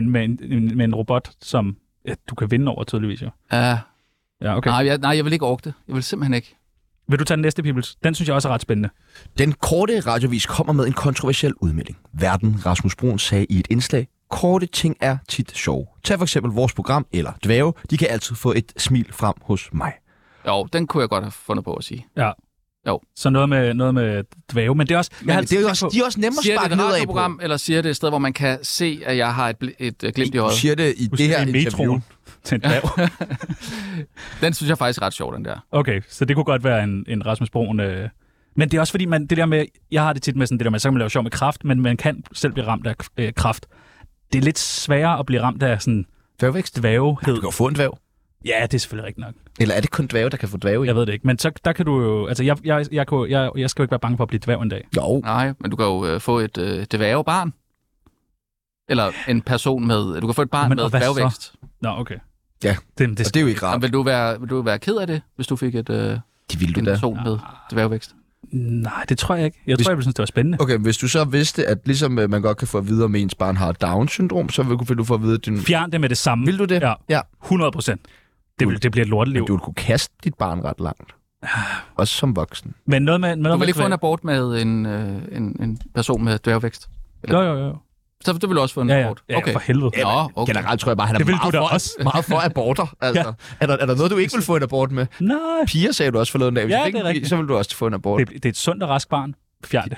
Men med en, en- med en robot, som ja, du kan vinde over, tydeligvis jo. Uh, Ja, okay. Nej, jeg, nej, jeg vil ikke orke det. Jeg vil simpelthen ikke. Vil du tage den næste, Peoples? Den synes jeg også er ret spændende. Den korte radiovis kommer med en kontroversiel udmelding. Verden Rasmus Brun sagde i et indslag, korte ting er tit sjove. Tag for eksempel vores program eller dvæve, de kan altid få et smil frem hos mig. Jo, den kunne jeg godt have fundet på at sige. Ja. Jo. Så noget med, noget med dvæve, men det er også... jeg har altid tænkt på- også nemmere siger jeg det i et program, eller siger jeg det et sted, hvor man kan se, at jeg har et, bl- et øh, glimt i Du øjet? siger det i Du det siger her i metroen. interview. til en dvæve. Den synes jeg faktisk er ret sjov, den der. Okay, så det kunne godt være en, en Rasmus Broen... Øh. Men det er også fordi, man, det der med, jeg har det tit med sådan det der med, så kan man lave sjov med kraft, men man kan selv blive ramt af øh, kraft. Det er lidt sværere at blive ramt af sådan Dværgvækst. dvævehed. Du kan jo få en dværg. Ja, det er selvfølgelig rigtigt nok. Eller er det kun dværge, der kan få dværge i? Jeg ved det ikke, men så, der kan du jo... Altså, jeg, jeg, jeg, kunne, jeg, jeg skal jo ikke være bange for at blive dværg en dag. Jo, Nej, men du kan jo øh, få et øh, dværgebarn. Eller en person med... Du kan få et barn Men men, med og hvad så? dværgevækst. Nå, okay. Ja, det, det, og Altså, det er jo ikke rart. Jamen, vil, du være, vil du være ked af det, hvis du fik et, øh, Det ville en du da. person med dværgevækst? Nej, det tror jeg ikke. Jeg Hvis- tror, jeg ville synes, det var spændende. Okay, hvis du så vidste, at ligesom øh, man godt kan få at vide, om ens barn har Down-syndrom, så vil vil du få at vide, at din... Fjern det med det samme. Vil du det? Ja, Ja. 100 procent. Det, vil- det bliver et lorteliv. Du vil kunne kaste dit barn ret langt. Ah. Også som voksen. Men noget med... med Du noget vil med ikke få en abort med en, øh, en, en person med dværgevækst? Jo, jo, jo. Så du vil også få en Ja, ja. abort? ja for helvede. Ja. Nå, Okay. okay. Generelt tror jeg bare, han er Det vil meget, du da for, også. meget for aborter. Altså. Ja. Er, der, er der noget, du ikke vil få en abort med? Nej. Piger sagde du også forleden dag. Hvis Ja, du fik det er en pige, rigtigt. Så vil du også få en abort. Det, Det, det er et sundt og rask barn. Fjern det.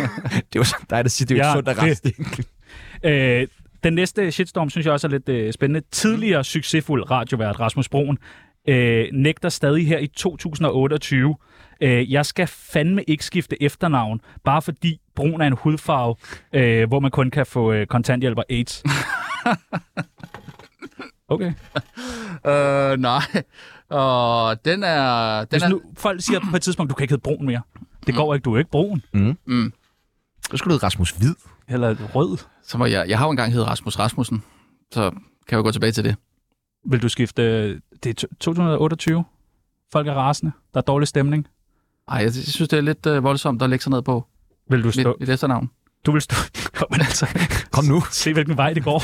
det var sådan dig, der siger, det er jo Ja, ja, sundt at det- rest. Øh, den næste shitstorm synes jeg også er lidt øh, spændende. Tidligere succesfuld radiovært Rasmus Broen øh, nægter stadig her i 2028. Øh, jeg skal fandme ikke skifte efternavn, bare fordi Broen er en hudfarve, øh, hvor man kun kan få øh, kontanthjælp og AIDS. Okay. Øh, nej. Og den er... Den Hvis er nu folk siger på et tidspunkt, du kan ikke hedde Broen mere. Det går ikke, du er ikke Broen. Så skulle du hedde Rasmus Hvid. Eller Rød. så må jeg, jeg har jo engang heddet Rasmus Rasmussen, så kan jeg jo gå tilbage til det. Vil du skifte... øh, Det er to- 2028. Folk er rasende. Der er dårlig stemning. Ej, jeg synes, det er lidt øh, voldsomt at lægge sig ned på Vil du mit, stå... mit efternavn. Du vil stå... Kom, men altså. Kom nu. Se, hvilken vej det går.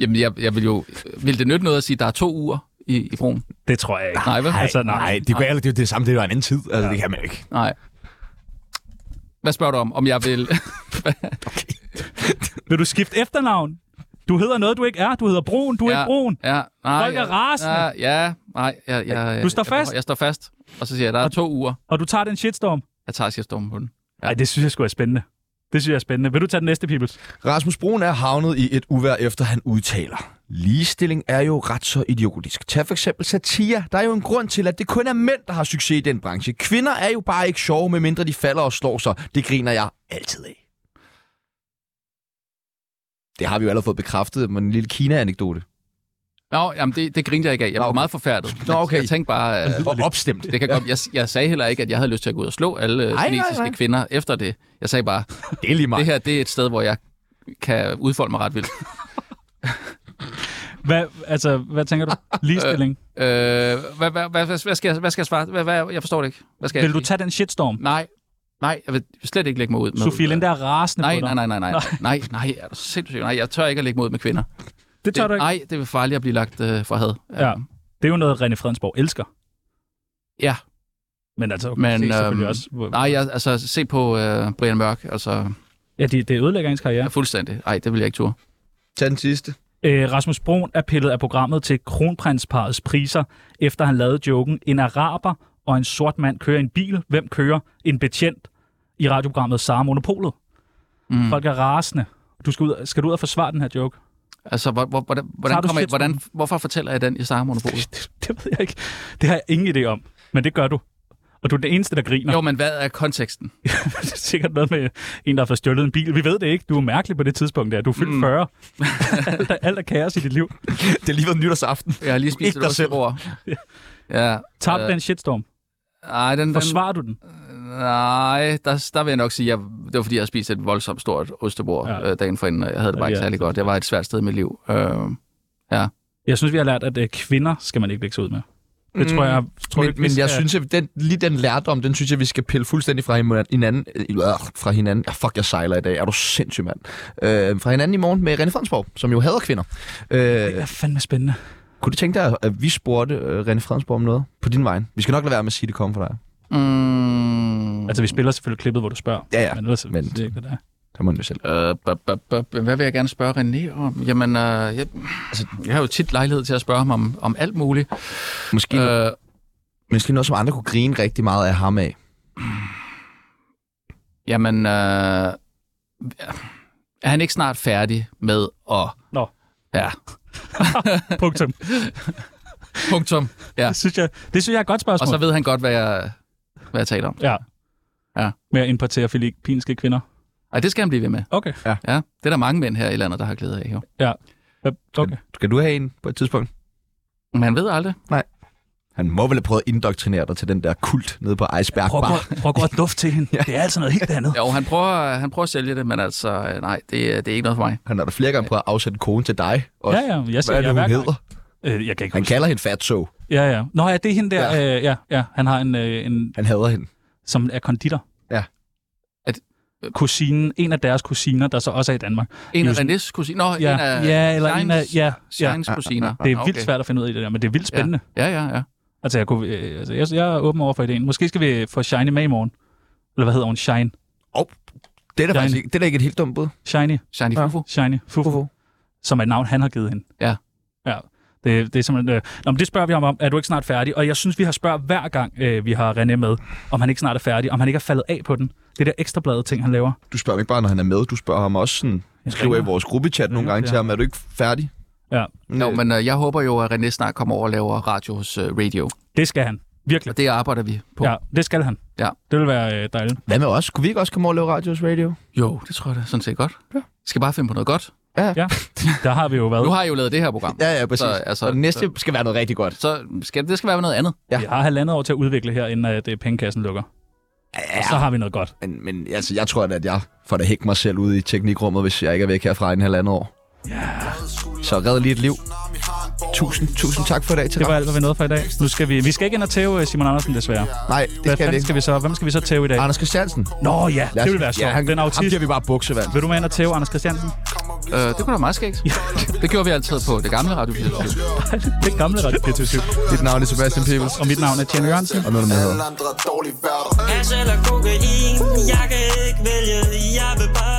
Jamen, jeg, jeg vil jo... Vil det nytte noget at sige, at der er to uger i, i broen? Det tror jeg ikke. Nej, vel? altså, nej. det, kunne, det er jo det samme. Det var en anden tid. Altså, ja. Det kan man ikke. Nej. Hvad spørger du om? Om jeg vil... Vil du skifte efternavn? Du hedder noget, du ikke er. Du hedder Broen. Du er Ja. ikke Broen. Ja, nej. Folk er jeg- rasende. Ja, ja nej. Jeg, jeg, Du står jeg, fast? Jeg, jeg står fast. Og så siger jeg, at der er to uger. Og du tager den shitstorm. Jeg tager shitstormen på den. Nej, det synes jeg skulle er spændende. Det synes jeg er spændende. Vil du tage den næste, Peoples? Rasmus Brun er havnet i et uvær, efter han udtaler. Ligestilling er jo ret så idiotisk. Tag for eksempel satire. Der er jo en grund til, at det kun er mænd, der har succes i den branche. Kvinder er jo bare ikke sjove, medmindre de falder og slår sig. Det griner jeg altid af. Det har vi jo allerede fået bekræftet med en lille Kina-anekdote. Nå, jamen, det, det grinte jeg ikke af. Jeg var Nå, okay. meget forfærdet. Nå, okay. Jeg tænkte bare... øh, Og opstemt. Det kan godt. Jeg, jeg sagde heller ikke, at jeg havde lyst til at gå ud og slå alle nej, Ej, kinesiske nej. kvinder efter det. Jeg sagde bare, Det er lige det meget. her det er et sted, hvor jeg kan udfolde mig ret vildt. Hvad, altså, hvad tænker du? Ligestilling. Øh, hvad, hvad, hvad, hvad, hvad, skal jeg, hvad skal jeg svare? Hvad, hvad, jeg forstår det ikke. Hvad skal jeg Vil du sige? tage den shitstorm? Nej, Nej, jeg vil slet ikke lægge mig ud med... Sofie Linde er rasende nej, på dig. Nej, nej, nej, nej, nej, nej, er du sindssygt? Nej, jeg tør ikke at lægge mig ud med kvinder. Det tør du ikke? Nej, det vil farligt at blive lagt øh, for had. Ja. Det er jo noget, René Fredensborg elsker. Ja. Men altså, okay, Men, se selvfølgelig øhm, også, hvor- Nej, jeg, altså, se på øh, Brian Mørk, altså... Ja, det, det ødelægger ens karriere. Ja, fuldstændig. Nej, det vil jeg ikke ture. Tag den sidste. Øh, Rasmus Broen er pillet af programmet til kronprinsparets priser, efter han lavede joken, en araber og en sort mand kører en bil. Hvem kører? En betjent i radioprogrammet Sara Monopolet. Mm. Folk er rasende. Du skal, ud, skal du ud og forsvare den her joke? Altså, hvor, hvor, hvordan, Tager hvordan du kommer jeg, shitstorm? hvordan, hvorfor fortæller jeg den i Sara Monopolet? Det ved jeg ikke. Det har jeg ingen idé om, men det gør du. Og du er den eneste, der griner. Jo, men hvad er konteksten? det er sikkert noget med en, der har fået stjålet en bil. Vi ved det ikke. Du er mærkelig på det tidspunkt der. Du er fyldt mm. 40. alt, er, alt er kaos i dit liv. Det er lige været nytårsaften. Jeg har lige spist Ikke dig et selv. rødsebror. Ja. Tager du øh, den shitstorm? Nej, den, den, Forsvarer du den? nej der, der vil jeg nok sige, at det var fordi, jeg spiste et voldsomt stort ostebord Ja. ja. øh, dagen forinden, og jeg havde det bare Ja, altså. ikke ja. særlig godt. Det var et svært sted i mit liv. Øh, ja. Jeg synes, vi har lært, at øh, kvinder skal man ikke lægge sig ud med. Det tror jeg... Tror Mm. Men, ikke, vi men jeg skal- synes, at den, lige den lærdom, den synes jeg, vi skal pille fuldstændig fra hinanden. hinanden øh, fra hinanden. Ah, fuck, jeg sejler i dag. Er du sindssyg, mand? Øh, fra hinanden i morgen med René Fransborg, som jo hader kvinder. Det Øh, Mm. er fandme spændende. kunne du tænke dig, at vi spurgte øh, René Fransborg om noget på din vej? Vi skal nok lade være med at sige, at det kom fra dig. Mm, Altså, vi spiller selvfølgelig klippet, hvor du spørger. Ja, ja. Men ellers men... Men- det er ikke, hvad det er. Der må den jo selv. øh, ba- ba- ba- hvad vil jeg gerne spørge René om? Jamen, øh, jeg, altså, jeg har jo tit lejlighed til at spørge ham om, om alt muligt. Måske, øh. Øh, måske noget, som andre kunne grine rigtig meget af ham af. Jamen, øh, er han ikke snart færdig med at... Nå. Ja, Punktum. punktum. Ja. Det synes jeg, det synes jeg er et godt spørgsmål. Og så ved han godt, hvad jeg, hvad jeg taler om. Ja. Ja. Med at importere filippinske kvinder. Og det skal han blive ved med. Okay. Ja, det er der mange mænd her i landet, der har glæde af. Jo. Ja, Øh, Okay. Skal du have en på et tidspunkt? Men han ved aldrig. Han må vel have prøvet at indoktrinere dig til den der kult nede på Iceberg Prøv, at Bar. gå- prøv at gå og duft til hende. Det er altså noget helt andet. Jo, han prøver, han prøver at sælge det, men altså, øh, nej, det, er- det er ikke noget for mig. Han har da flere gange prøvet at afsætte konen til dig. Også. Ja, ja, jeg Hvad er siger, det, jeg hun hver gang. hedder? Øh, jeg kan ikke Han huske. kalder hende Fatso. Ja, ja. Nå, ja, det er hende der. Ja, øh, ja, ja. Han har en, øh, en, Han hader hende. som er konditor. Ja. At- kusinen, en af deres kusiner, der så også er i Danmark. En af Just- Renés kusiner. Nå, Ja, en af ja eller en af... Ja, ja. Shines kusiner. Det er Ah, vildt svært at finde ud af det der, men det er vildt spændende. Ja, ja, ja. Altså, jeg, kunne, øh, altså, jeg, jeg er åben over for ideen. Måske skal vi øh, få Shiny med i morgen. Eller hvad hedder hun? Det Shine. er da Jeg er faktisk en- ikke, det er da ikke et helt dumt bud. Shiny. Shiny Fufu. Shiny. Fufu. Fufu. Som er et navn, han har givet hende. Ja. Ja. Det, det er simpelthen... Øh... Nå, men det spørger vi ham om. Er du ikke snart færdig? Og jeg synes, vi har spørget hver gang, øh, vi har René med, om han ikke snart er færdig. Om han ikke er faldet af på den. Det der ekstrabladet ting, han laver. Du spørger ham ikke bare, når han er med. Du spørger ham også sådan, Jeg skriver i ringer. vores gruppechat nogle Ja, gange ja. til ham, er du ikke færdig? Ja. Jo, men øh, jeg håber jo, at René snart kommer over og laver radio hos øh, Radio. Det skal han. Virkelig. Og det arbejder vi på. Ja, det skal han. Ja. Det vil være øh, dejligt. Hvad med os? Kunne vi ikke også komme over og lave Radios Radio? Jo, det tror jeg da sådan set godt. Ja. Skal bare finde på noget godt. Der har vi jo været. Nu har jeg jo lavet det her program. Ja, ja, præcis. Så, altså, og det næste skal være noget rigtig godt. Så skal, det skal være noget andet. Ja. Vi har halvandet år til at udvikle her, inden at øh, pengekassen lukker. Ja. Og så har vi noget godt. Men, men altså, jeg tror, at jeg får da hække mig selv ud i teknikrummet, hvis jeg ikke er væk herfra i en halvandet år. Ja. Så red lige et liv. Tusind, tusind tak for i dag til Det var dig. alt, hvad vi nåede for i dag. Nu skal vi, vi skal ikke ind og tæve øh, Simon Andersen, desværre. Nej, det Hvad skal vi fanden ikke. skal vi så, hvem skal vi så tæve i dag? Anders Christiansen. Nå ja, Lad os- det vil være sjovt. Ja, han, Den Ham autist. giver vi bare buksevand. Vil du med ind og tæve Anders Christiansen? Øh, det kunne da meget skægt. det gjorde vi altid på det gamle Radio 24. det gamle Radio 24 Dit navn er Sebastian Pibels. Og mit navn er Tjerno Jørgensen. Og noget, der hedder. Alle andre er dårlige værter. Hash eller kokain, jeg kan ikke vælge, jeg vil bare